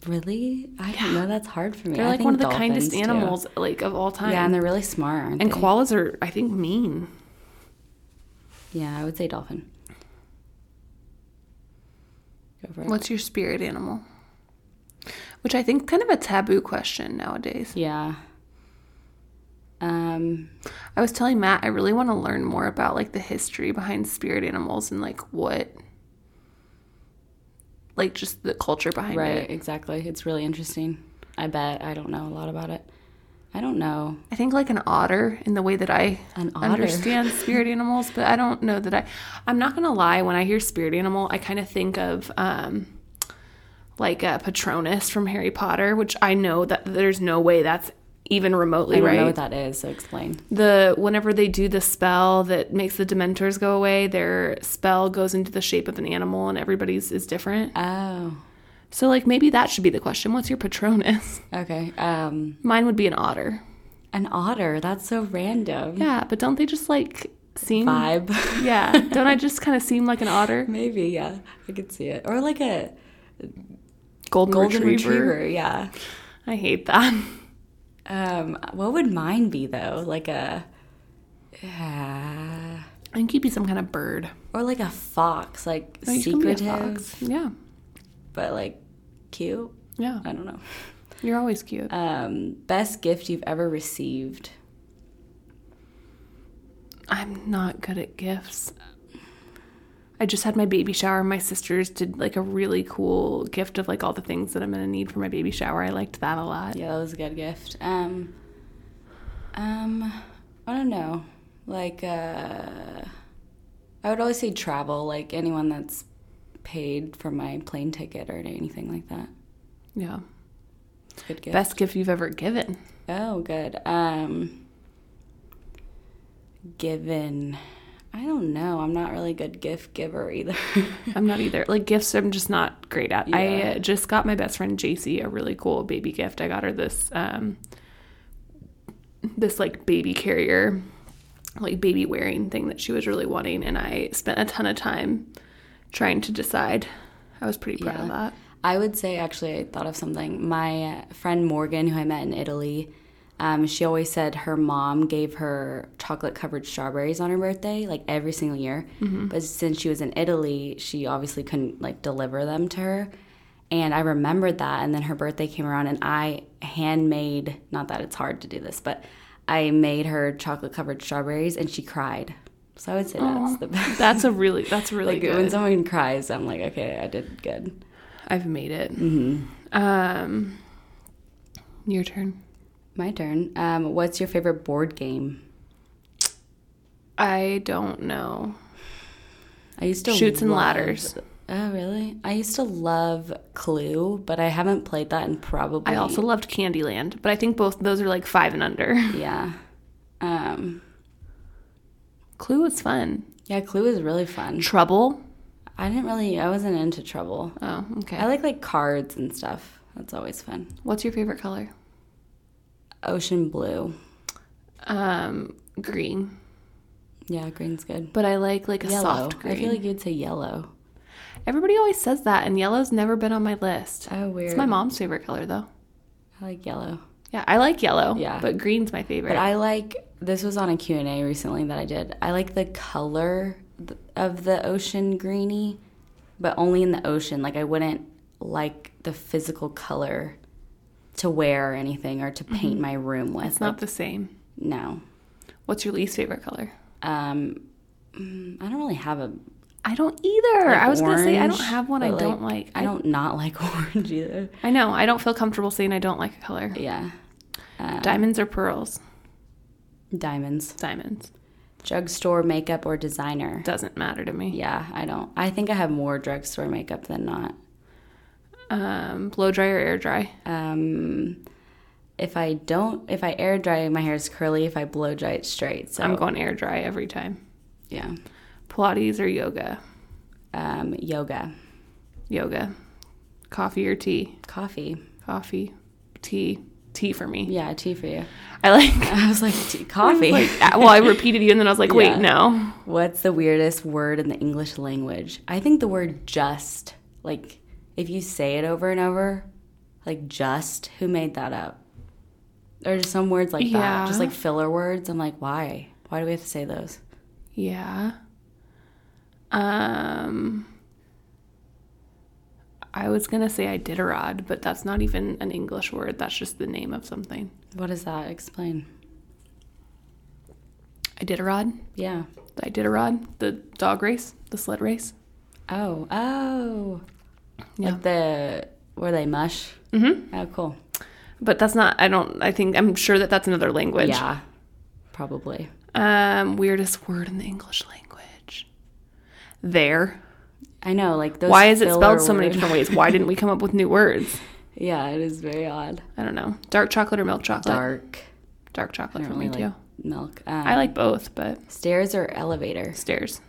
S2: Really? I don't know. That's hard for me.
S1: They're
S2: I
S1: like
S2: think
S1: one of the
S2: dolphins,
S1: kindest
S2: too.
S1: animals like of all time.
S2: Yeah, and they're really smart, aren't
S1: and
S2: they?
S1: koalas are, I think, mean.
S2: yeah, I would say dolphin. Go for it.
S1: What's your spirit animal? Which I think kind of a taboo question nowadays.
S2: Yeah. Um,
S1: I was telling Matt I really want to learn more about like the history behind spirit animals and like what like just the culture behind
S2: right,
S1: it.
S2: exactly. It's really interesting. I bet. I don't know a lot about it. I don't know.
S1: I think like an otter in the way that I
S2: An otter.
S1: understand spirit animals, but I don't know that I. I'm not gonna lie. When I hear spirit animal, I kind of think of um, like a Patronus from Harry Potter, which I know that there's no way that's even remotely
S2: I don't
S1: right.
S2: know what that is, so explain.
S1: the whenever they do the spell that makes the Dementors go away, their spell goes into the shape of an animal, and everybody's is different.
S2: Oh,
S1: So like maybe that should be the question. What's your Patronus?
S2: okay. Um,
S1: Mine would be an otter.
S2: an otter. That's so random.
S1: Yeah, but don't they just like seem
S2: Vibe.
S1: Yeah. Don't I just kind of seem like an otter?
S2: Maybe, yeah. I could see it. Or like a
S1: Golden,
S2: golden
S1: retriever.
S2: retriever yeah.
S1: I hate that.
S2: Um, what would mine be though? Like a, uh,
S1: I think you'd be some kind of bird.
S2: or like a fox, like
S1: No, you can be a
S2: secretive,
S1: fox. Yeah.
S2: but like cute.
S1: Yeah.
S2: I don't know.
S1: You're always cute.
S2: Um, best gift you've ever received?
S1: I'm not good at gifts. I just had my baby shower. My sisters did like a really cool gift of like all the things that I'm going to need for my baby shower. I liked that a lot.
S2: Yeah, that was a good gift. Um, um, I don't know. Like, uh, I would always say travel. Like anyone that's paid for my plane ticket or anything like that.
S1: Yeah.
S2: It's a good gift.
S1: Best gift you've ever given.
S2: Oh, good. Um, given, I don't know. I'm not really a good gift giver either.
S1: I'm not either. Like gifts, I'm just not great at. I
S2: Yeah.
S1: uh, just got my best friend JC a really cool baby gift. I got her this, um, this like baby carrier, like baby wearing thing that she was really wanting, and I spent a ton of time trying to decide. I was pretty proud of
S2: Yeah.
S1: that.
S2: I would say, actually, I thought of something. My uh, friend Morgan, who I met in Italy, um, she always said her mom gave her chocolate covered strawberries on her birthday, like every single year. But since she was in Italy, she obviously couldn't like deliver them to her. And I remembered that. And then her birthday came around, and I handmade, not that it's hard to do this, but I made her chocolate covered strawberries, and she cried. So I would say that's the best.
S1: That's a really, that's really
S2: Like,
S1: good.
S2: when someone cries, I'm like, okay, I did good.
S1: I've made it.
S2: Mm-hmm.
S1: Um, your turn.
S2: My turn. Um, what's your favorite board game?
S1: I don't know.
S2: I used to
S1: Chutes and
S2: love-
S1: ladders.
S2: Oh, really? I used to love Clue, but I haven't played that in probably.
S1: I also loved Candyland, but I think both those are like five and under.
S2: yeah. Um,
S1: Clue was fun.
S2: yeah, Clue is really fun.
S1: Trouble.
S2: I didn't really. I wasn't into Trouble.
S1: Oh, okay.
S2: I like like cards and stuff. That's always fun.
S1: What's your favorite color?
S2: Ocean blue.
S1: Um, green.
S2: Yeah, green's good.
S1: But I like like a
S2: Yellow.
S1: soft green.
S2: I feel like you'd say yellow.
S1: Everybody always says that, and yellow's never been on my list.
S2: Oh, weird.
S1: It's my mom's favorite color, though.
S2: I like yellow.
S1: Yeah, I like yellow.
S2: Yeah.
S1: but green's my favorite.
S2: But I like this was on a Q&A recently that I did. I like the color th- of the ocean greeny, but only in the ocean. Like I wouldn't like the physical color to wear or anything or to paint my room with.
S1: Mm-hmm. it's not the same.
S2: no.
S1: What's your least favorite color?
S2: Um mm, I don't really have a
S1: I don't either. I was gonna say I don't
S2: orange,
S1: have one. I
S2: but,
S1: don't like.
S2: I don't not like orange either.
S1: I know. I don't feel comfortable saying I don't like a color.
S2: Yeah.
S1: Diamonds or pearls?
S2: Diamonds.
S1: Diamonds.
S2: Drugstore makeup or designer.
S1: Doesn't matter to me.
S2: Yeah, I don't. I think I have more drugstore makeup than not.
S1: Um, blow dry or air dry?
S2: Um, if I don't, if I air dry, my hair is curly. If I blow dry, it's straight. So
S1: I'm going air dry every time.
S2: yeah,
S1: Pilates or yoga?
S2: um, yoga,
S1: Yoga. Coffee or tea?
S2: coffee.
S1: Coffee. Tea. Tea for me.
S2: Yeah, tea for you.
S1: I like.
S2: I was like, tea, coffee.
S1: like well, I repeated you, and then I was like, wait,
S2: Yeah.
S1: no.
S2: What's the weirdest word in the English language? I think the word just. Like, if you say it over and over, like just. Who made that up? Or just some words like
S1: Yeah.
S2: that, just like filler words. I'm like, why? Why do we have to say those?
S1: Yeah. Um. I was gonna say Iditarod, but that's not even an English word. That's just the name of something.
S2: What is that? Explain.
S1: Iditarod.
S2: Yeah.
S1: The Iditarod. The dog race. The sled race.
S2: Oh, oh.
S1: Yeah.
S2: Like the where they mush. Mm-hmm. Oh, cool.
S1: But that's not. I don't. I think I'm sure that that's another language.
S2: Yeah, probably.
S1: Um. Weirdest word in the English language. There.
S2: I know. Like those.
S1: Why is it
S2: filler
S1: spelled so many
S2: word-
S1: different ways? Why didn't we come up with new words?
S2: Yeah, it is very odd.
S1: I don't know. Dark chocolate or milk chocolate?
S2: Dark.
S1: Dark chocolate
S2: I
S1: for
S2: don't
S1: me
S2: really
S1: too.
S2: like milk. Um,
S1: I like both, but
S2: stairs or elevator.
S1: stairs.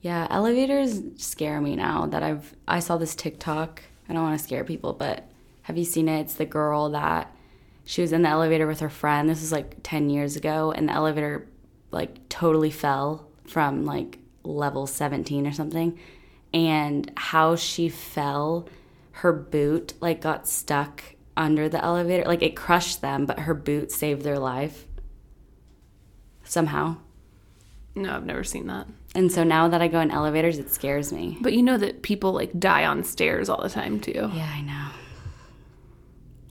S2: Yeah, elevators scare me now that I've I saw this TikTok. I don't want to scare people, but have you seen it? It's the girl that she was in the elevator with her friend. This was like 10 years ago and the elevator like totally fell from like level 17 or something. And how she fell, her boot like got stuck under the elevator. Like it crushed them, but her boot saved their life somehow.
S1: No, I've never seen that.
S2: And so now that I go in elevators, it scares me.
S1: But you know that people like die on stairs all the time too.
S2: Yeah, I know.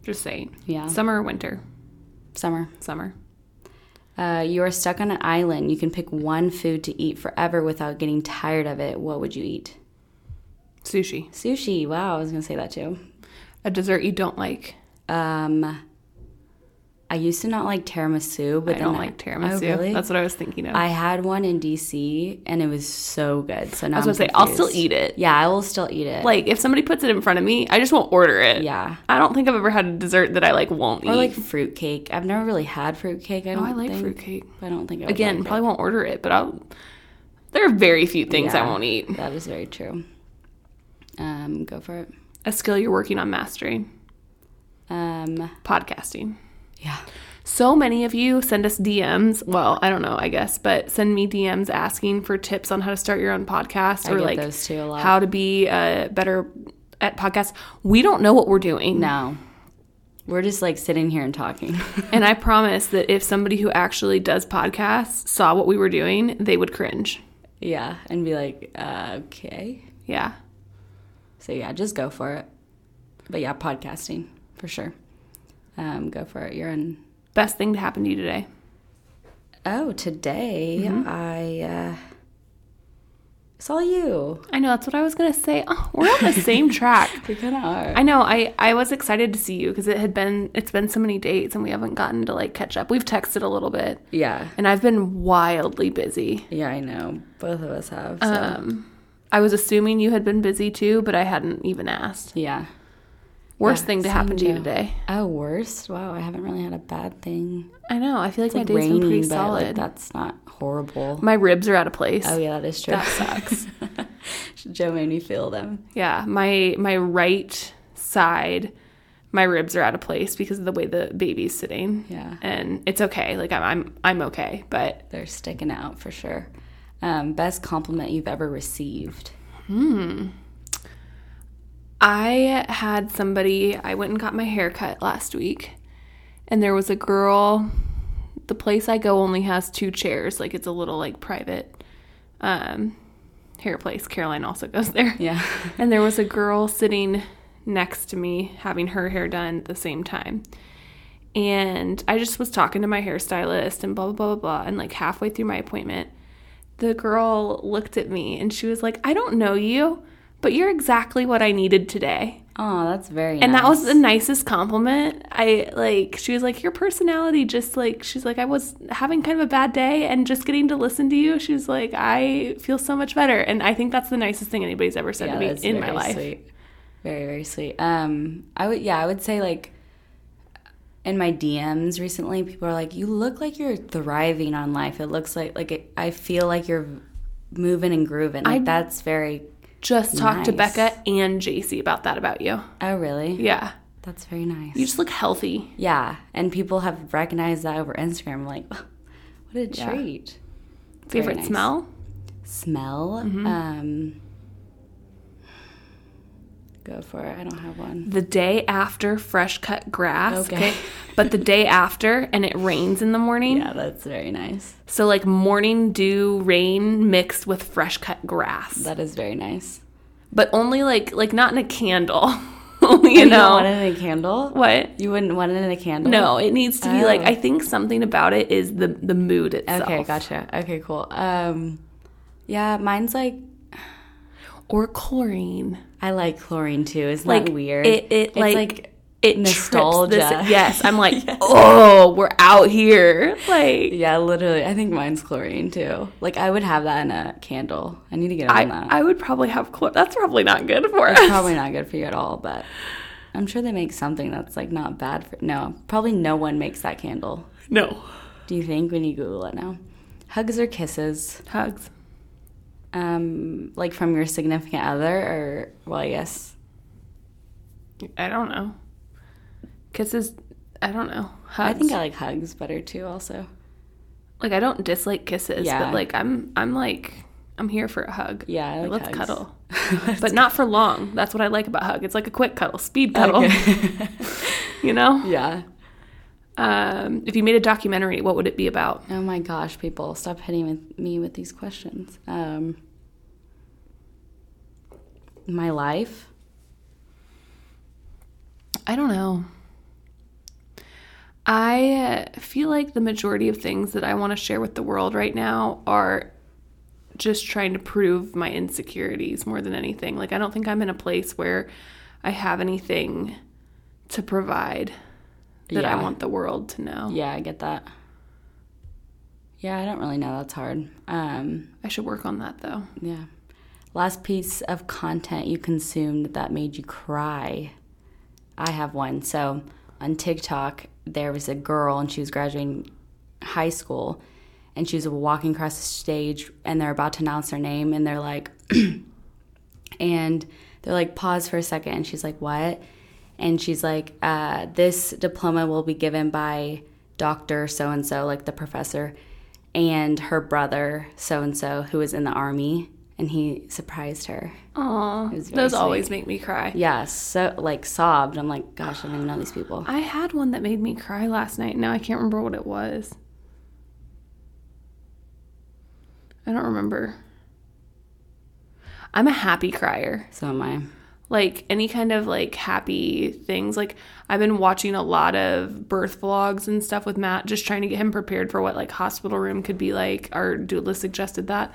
S1: Just saying.
S2: Yeah.
S1: Summer or winter?
S2: Summer.
S1: Summer.
S2: Uh, you are stuck on an island. You can pick one food to eat forever without getting tired of it. What would you eat?
S1: Sushi.
S2: Sushi. Wow, I was going to say that too.
S1: A dessert you don't like.
S2: Um, I used to not like tiramisu, but
S1: I
S2: then
S1: don't like tiramisu.
S2: Oh, really?
S1: That's what I was thinking of. I,
S2: I had one in DC and it was so good. So now I
S1: was gonna say I'll still eat it.
S2: Yeah, I will still eat it.
S1: Like if somebody puts it in front of me, I just won't order it.
S2: yeah.
S1: I don't think I've ever had a dessert that I like won't eat.
S2: Or like fruitcake. I've never really had fruitcake. I
S1: oh,
S2: don't
S1: I like
S2: think.
S1: fruitcake.
S2: I don't think I would
S1: Again,
S2: like it.
S1: probably won't order it, but I'll. There are very few things I
S2: Yeah.
S1: won't eat.
S2: That is very true. Um, go for it.
S1: A skill you're working on mastering.
S2: Um,
S1: Podcasting.
S2: yeah.
S1: So many of you send us DMs. Well, I don't know, I guess, but send me DMs asking for tips on how to start your own podcast
S2: I
S1: or
S2: get
S1: like
S2: those too a lot.
S1: how to be uh, better at podcasts. We don't know what we're doing.
S2: No. We're just like sitting here and talking.
S1: And I promise that if somebody who actually does podcasts saw what we were doing, they would cringe.
S2: yeah. And be like, uh, okay.
S1: Yeah.
S2: So yeah, just go for it. But yeah, podcasting for sure. Um, go for it. You're in.
S1: Best thing to happen to you today. Mm-hmm.
S2: Oh, today I, uh, It's all you.
S1: I know that's what I was gonna say. Oh, we're on the same track.
S2: We kind of are.
S1: I know. I I was excited to see you because it had been it's been so many dates and we haven't gotten to like catch up. We've texted a little bit,
S2: yeah.
S1: and I've been wildly busy.
S2: Yeah, I know. Both of us have. So.
S1: Um, I was assuming you had been busy too, but I hadn't even asked.
S2: yeah.
S1: Worst
S2: Yeah,
S1: thing to
S2: same
S1: happen to you
S2: deal.
S1: today.
S2: Oh, worst? Wow, I haven't really had a bad thing.
S1: I know. I feel like,
S2: It's like
S1: my day's been
S2: raining,
S1: pretty
S2: but
S1: solid.
S2: like that's not horrible.
S1: my ribs are out of place.
S2: Oh yeah, that is true.
S1: That sucks.
S2: Joe made me feel them.
S1: yeah, my my right side, my ribs are out of place because of the way the baby's sitting.
S2: Yeah.
S1: and it's okay. Like I'm I'm I'm okay, but
S2: They're sticking out for sure. Um, best compliment you've ever received.
S1: I had somebody, I went and got my hair cut last week, and there was a girl. The place I go only has two chairs, like it's a little like private um, hair place. Caroline also goes there.
S2: Yeah.
S1: And there was a girl sitting next to me having her hair done at the same time. And I just was talking to my hairstylist and blah, blah, blah, blah, blah. And like halfway through my appointment, the girl looked at me and she was like, I don't know you, but you're exactly what I needed today.
S2: Oh, that's very.
S1: And
S2: nice.
S1: that was the nicest compliment. I like, she was like, Your personality just like, she's like, I was having kind of a bad day and just getting to listen to you. She was like, I feel so much better. And I think that's the nicest thing anybody's ever said to me
S2: that's
S1: in my
S2: very
S1: life.
S2: Sweet. Very very sweet. Um, I would yeah, I would say like in my DMs recently, people are like, "You look like you're thriving on life. It looks like like it, I feel like you're moving and grooving. Like
S1: I-
S2: that's very.
S1: Just talked to
S2: Nice.
S1: Becca and JC about that about you.
S2: Oh really?
S1: Yeah.
S2: That's very nice.
S1: You just look healthy.
S2: yeah, and people have recognized that over Instagram. I'm like, what a treat. Very
S1: Favorite
S2: nice.
S1: smell?
S2: Smell.
S1: Mm-hmm.
S2: Um, go for it. I don't have one.
S1: The day after fresh cut grass.
S2: Okay.
S1: Okay. but the day after and it rains in the morning.
S2: Yeah, that's very nice.
S1: So like morning dew rain mixed with fresh cut grass.
S2: That is very nice.
S1: but only like like not in a candle. you
S2: You don't want
S1: know.
S2: it in a candle?
S1: What?
S2: You wouldn't want it in a candle?
S1: No, it needs to be like
S2: Oh.
S1: I think something about it is the the mood itself.
S2: Okay, gotcha. Okay, cool. Um, yeah, mine's like
S1: Or chlorine.
S2: I like chlorine too. Isn't
S1: like
S2: that weird?
S1: It, it
S2: it's
S1: like, it nostalgia.
S2: nostalgia.
S1: yes, I'm like, oh, we're out here. Like,
S2: yeah, literally. I think mine's chlorine too. Like I would have that in a candle. I need to get on
S1: I,
S2: that.
S1: I would probably have chlor. That's probably not good for us.
S2: probably not good for you at all, but I'm sure they make something that's like not bad for. No, probably no one makes that candle.
S1: No
S2: Do you think when you Google it now? Hugs or kisses?
S1: hugs.
S2: um, like from your significant other, or well, I guess
S1: I don't know. Kisses. I don't know.
S2: I
S1: Hugs.
S2: think I like hugs better too. Also,
S1: like I don't dislike kisses,
S2: Yeah.
S1: but like I'm I'm like I'm here for a hug.
S2: yeah, I like
S1: Let's
S2: hugs.
S1: cuddle. but not for long. That's what I like about hug. It's like a quick cuddle, speed cuddle. you know?
S2: Yeah.
S1: Um, if you made a documentary, what would it be about?
S2: Oh my gosh, people, stop hitting with me with these questions. Um, my life.
S1: I don't know. I uh, feel like the majority of things that I want to share with the world right now are just trying to prove my insecurities more than anything. Like, I don't think I'm in a place where I have anything to provide that I
S2: Yeah.
S1: want the world to know.
S2: Yeah, I get that. Yeah, I don't really know. That's hard. Um,
S1: I should work on that though.
S2: yeah. Last piece of content you consumed that made you cry. I have one. So on TikTok, there was a girl and she was graduating high school and she was walking across the stage and they're about to announce her name and they're like, and they're like, pause for a second. And she's like, what? And she's like, uh, this diploma will be given by Dr. So and so, like the professor, and her brother, so and so, who was in the army. And he surprised her.
S1: Aw,
S2: was very
S1: those always make me cry.
S2: Yeah, so like sobbed. I'm like, gosh, I don't even know these people.
S1: I had one that made me cry last night. Now I can't remember what it was. I don't remember. I'm a happy crier.
S2: So am I.
S1: Like any kind of like happy things. Like I've been watching a lot of birth vlogs and stuff with Matt, just trying to get him prepared for what like hospital room could be like. Our doula suggested that.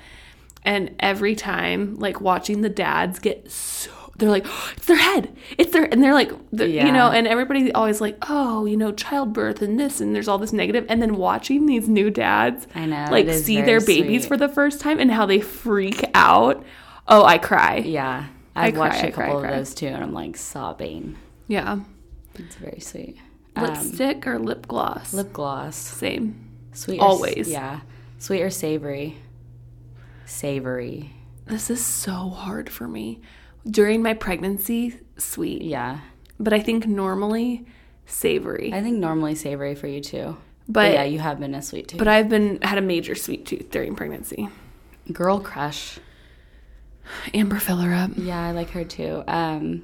S1: And every time, like watching the dads get so, they're like, "Oh, it's their head, it's their, and they're like, they're- you
S2: Yeah.
S1: know, and everybody always like, oh, you know, childbirth and this, and there's all this negative. And then watching these new dads,
S2: I know,
S1: like
S2: it is
S1: see
S2: very
S1: their babies
S2: sweet.
S1: for the first time and how they freak out. Oh, I cry.
S2: Yeah. I've
S1: cry,
S2: watched
S1: I
S2: a
S1: cry, I
S2: couple of
S1: cry.
S2: those too, and I'm like sobbing.
S1: Yeah.
S2: It's very sweet. Um,
S1: Lipstick or lip gloss?
S2: lip gloss,
S1: Same.
S2: sweet. or s-
S1: Always.
S2: yeah, sweet or savory. Savory.
S1: This is so hard for me. During my pregnancy, sweet.
S2: Yeah,
S1: But I think normally savory.
S2: I think normally savory for you too.
S1: But-
S2: yeah, you have been a sweet tooth.
S1: but I've been had a major sweet tooth during pregnancy.
S2: Girl crush.
S1: Amber fill her up.
S2: Yeah, I like her too. Um,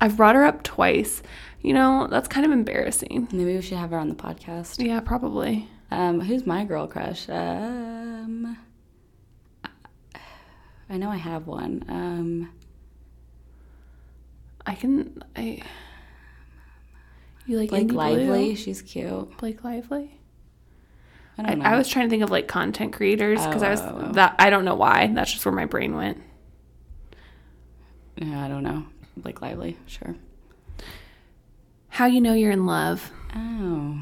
S1: I've brought her up twice. You know, that's kind of embarrassing.
S2: maybe we should have her on the podcast.
S1: Yeah, probably.
S2: Um, who's my girl crush? Um, I know I have one. Um,
S1: I can I You like
S2: Blake
S1: Indie
S2: Lively.
S1: Blue?
S2: She's cute.
S1: Blake Lively?
S2: I
S1: I,
S2: don't know.
S1: I was trying to think of like content creators because I
S2: Oh.
S1: was that I don't know why. That's just where my brain went.
S2: Yeah, I don't know. Blake Lively, sure.
S1: How you know you're in love.
S2: Oh,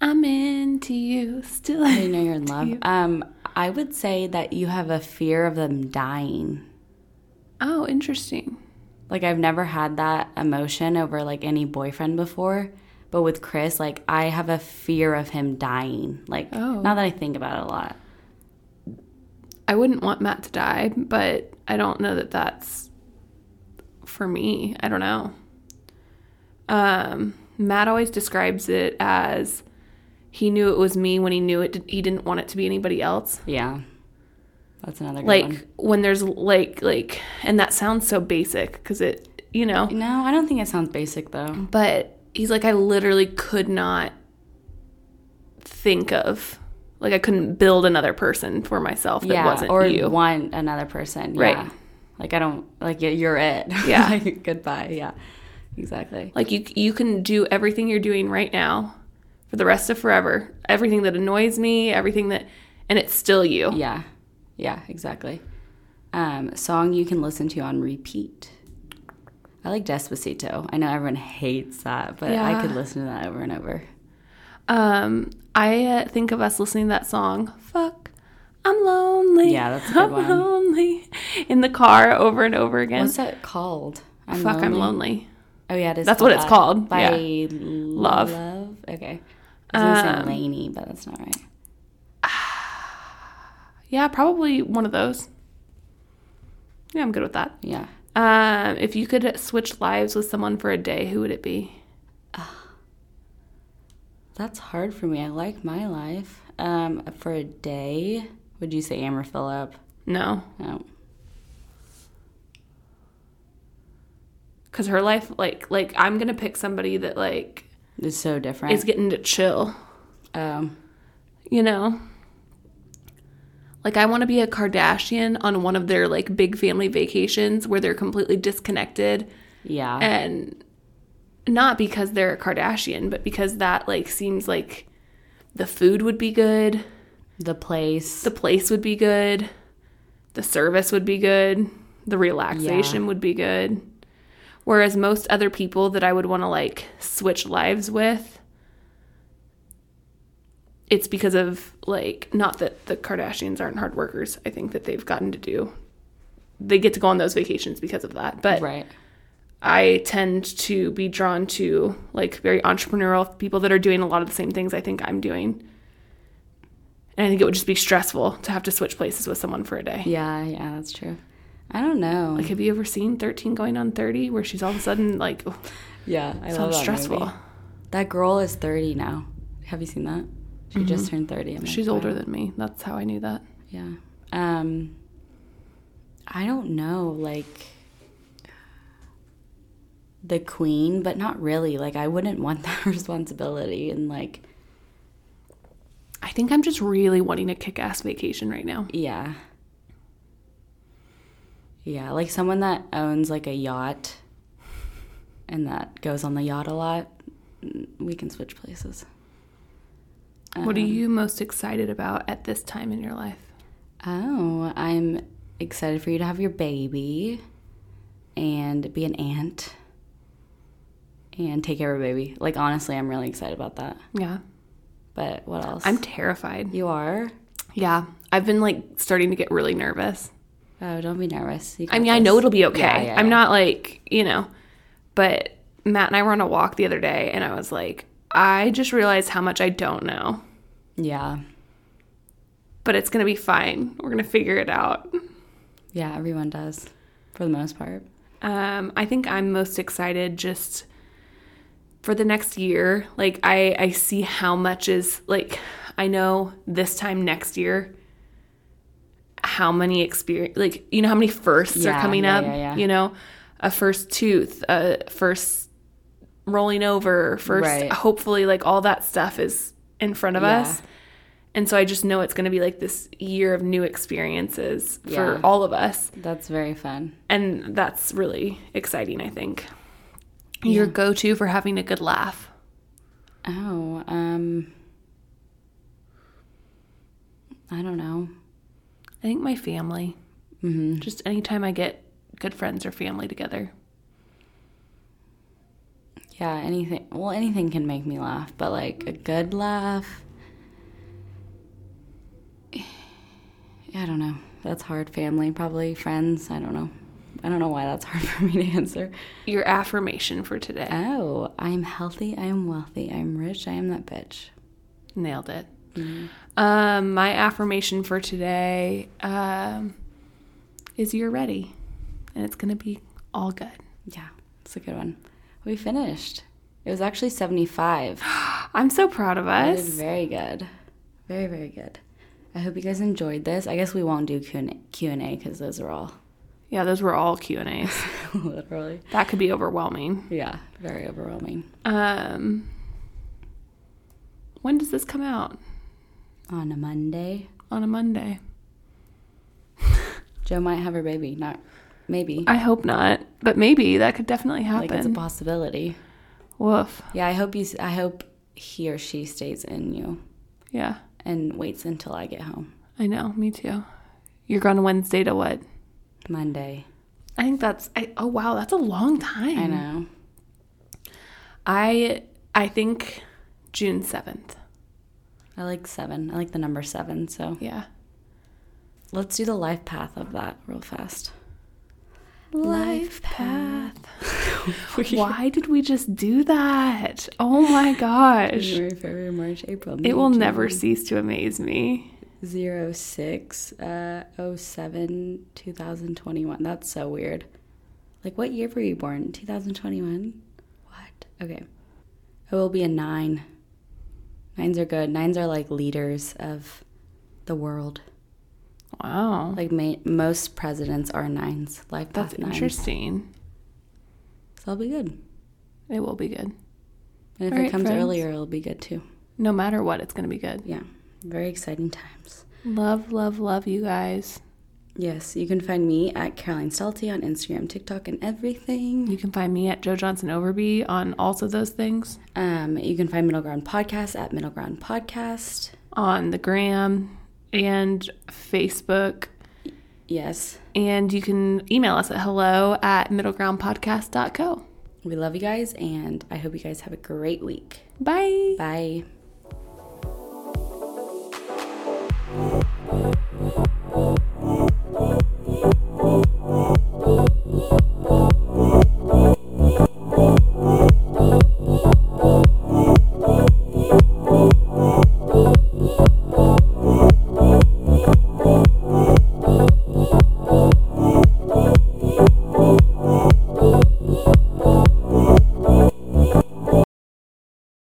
S1: I'm into you still.
S2: I know you're in love. Um, I would say that you have a fear of them dying.
S1: Oh, interesting.
S2: Like I've never had that emotion over like any boyfriend before, but with Chris, like I have a fear of him dying. Like
S1: Oh.
S2: now that I think about it a lot,
S1: I wouldn't want Matt to die, but I don't know that that's for me. I don't know. Um, Matt always describes it as he knew it was me when he knew it. He didn't want it to be anybody else.
S2: yeah, that's another good one.
S1: Like when there's like like, and that sounds so basic because it, you know.
S2: No, I don't think it sounds basic though.
S1: But he's like, I literally could not think of, like, I couldn't build another person for myself that
S2: yeah,
S1: wasn't
S2: or
S1: you.
S2: want another person,
S1: Right.
S2: Yeah. Like I don't like y- you're it.
S1: Yeah.
S2: Like, goodbye. Yeah, exactly.
S1: Like you you can do everything you're doing right now for the rest of forever. Everything that annoys me, everything that and it's still you.
S2: Yeah, yeah, exactly. Um, song you can listen to on repeat. I like Despacito. I know everyone hates that, but I could
S1: Yeah.
S2: listen to that over and over.
S1: Um I uh, think of us listening to that song, fuck I'm lonely.
S2: Yeah, that's a good
S1: I'm
S2: one.
S1: lonely in the car over and over again.
S2: What's that called? I'm
S1: fuck I'm lonely.
S2: Oh yeah, it is.
S1: That's what it's
S2: that.
S1: called,
S2: By
S1: yeah.
S2: Love. Um, Love. Okay. I was gonna say Laney, but that's not right.
S1: Yeah, probably one of those. Yeah, I'm good with that.
S2: Yeah.
S1: Um, if you could switch lives with someone for a day, who would it be?
S2: That's hard for me. I like my life. Um, for a day, would you say Amber Oh, Phillip?
S1: No,
S2: No.
S1: because her life, like, like I'm gonna pick somebody that like
S2: It's so different.
S1: is getting to chill,
S2: um,
S1: you know? Like I want to be a Kardashian on one of their like big family vacations where they're completely disconnected
S2: yeah.
S1: and not because they're a Kardashian, but because that like seems like the food would be good,
S2: the place.
S1: the place would be good, the service would be good, the relaxation would be good. Whereas most other people that I would want to like switch lives with, it's because of like, not that the Kardashians aren't hard workers. I think that they've gotten to do, they get to go on those vacations because of that. But
S2: right.
S1: I tend to be drawn to like very entrepreneurial people that are doing a lot of the same things I think I'm doing. And I think it would just be stressful to have to switch places with someone for a day.
S2: Yeah, yeah, that's true. I don't know.
S1: Like, have you ever seen 13 going on 30 where she's all of a sudden like, oh,
S2: yeah, I
S1: sounds stressful?
S2: That girl is 30 now. Have you seen that? She just turned 30. I'm like,
S1: She's
S2: wow.
S1: older than me. That's how I knew that.
S2: Yeah. Um, I don't know, like the queen, but not really. Like I wouldn't want that responsibility and like
S1: I think I'm just really wanting a kick ass vacation right now.
S2: yeah. Yeah, like someone that owns like a yacht and that goes on the yacht a lot, mm, we can switch places.
S1: What are you most excited about at this time in your life?
S2: Oh, I'm excited for you to have your baby and be an aunt and take care of a baby. Like, honestly, I'm really excited about that.
S1: Yeah.
S2: But what else?
S1: I'm terrified.
S2: you are?
S1: Yeah. I've been like starting to get really nervous.
S2: Oh, don't be nervous. You
S1: I
S2: got
S1: mean, I
S2: this.
S1: know it'll be okay.
S2: Yeah, yeah,
S1: I'm
S2: yeah.
S1: not like, you know, but Matt and I were on a walk the other day and I was like, I just realized how much I don't know,
S2: Yeah.
S1: but it's going to be fine. We're going to figure it out.
S2: Yeah, everyone does for the most part.
S1: Um, I think I'm most excited just for the next year. Like I, I see how much is like I know this time next year how many experience like you know how many firsts are
S2: Yeah,
S1: coming
S2: yeah,
S1: up.
S2: yeah, yeah.
S1: You know, a first tooth, a first rolling over, first
S2: Right.
S1: hopefully like all that stuff is in front of
S2: Yeah.
S1: us. And so I just know it's going to be like this year of new experiences
S2: Yeah.
S1: for all of us
S2: That's very fun.
S1: and that's really exciting i think your go-to for having a good laugh
S2: Oh, um, I don't know.
S1: i think my family mm-hmm. just anytime i get good friends or family together
S2: Yeah, anything. Well, anything can make me laugh, but like a good laugh. I don't know. That's hard. Family, probably friends. I don't know. I don't know why that's hard for me to answer.
S1: your affirmation for today
S2: Oh, I'm healthy. I'm wealthy. I'm rich. I am that bitch.
S1: nailed it um, my affirmation for today um, is you're ready and it's going to be all good
S2: Yeah, it's a good one. We finished. It was actually 75.
S1: i'm so proud of
S2: That is
S1: us
S2: very good. Very, very good. I hope you guys enjoyed this. I guess we won't do Q&A because those are all
S1: yeah those were all q and a's
S2: literally.
S1: that could be overwhelming
S2: Yeah, very overwhelming.
S1: um, when does this come out
S2: On a Monday,
S1: on a monday
S2: Joe might have her baby. Not maybe.
S1: I hope not, but maybe that could definitely
S2: Like it's a
S1: happen.
S2: possibility.
S1: Woof.
S2: Yeah, I hope you s- I hope he or she stays in you
S1: Yeah,
S2: and waits until I get home.
S1: I know. Me too. You're gone Wednesday to what?
S2: Monday.
S1: I think that's. I, oh wow, that's a long time.
S2: I know.
S1: I I think June seventh.
S2: I like 7. I like the number 7, so
S1: Yeah.
S2: Let's do the life path of that real fast. Life path.
S1: Why did we just do that? Oh my gosh.
S2: January, February, March, April. May,
S1: It will
S2: June.
S1: never cease to amaze me.
S2: Zero oh six uh, oh seven two thousand twenty one. That's so weird. Like, what year were you born? Two thousand twenty one. What? Okay. It will be a nine. Nines are good. Nines are like leaders of the world.
S1: Wow.
S2: Like ma- most presidents are nines. Life path
S1: That's
S2: nines.
S1: interesting.
S2: So that'll be good.
S1: It will be good.
S2: And if
S1: All right,
S2: it comes
S1: friends.
S2: earlier, it'll be good too.
S1: No matter what, it's going to be good.
S2: Yeah, very exciting times.
S1: Love, love, love you guys.
S2: Yes, you can find me at Caroline Stelty on Instagram, TikTok, and everything.
S1: You can find me at Joe Johnson Overby on also those things.
S2: Um, you can find Middle Ground Podcast at Middle Ground Podcast.
S1: on the gram and Facebook.
S2: Yes,
S1: And you can email us at hello at middlegroundpodcast.co.
S2: we love you guys, and I hope you guys have a great week.
S1: Bye.
S2: Bye.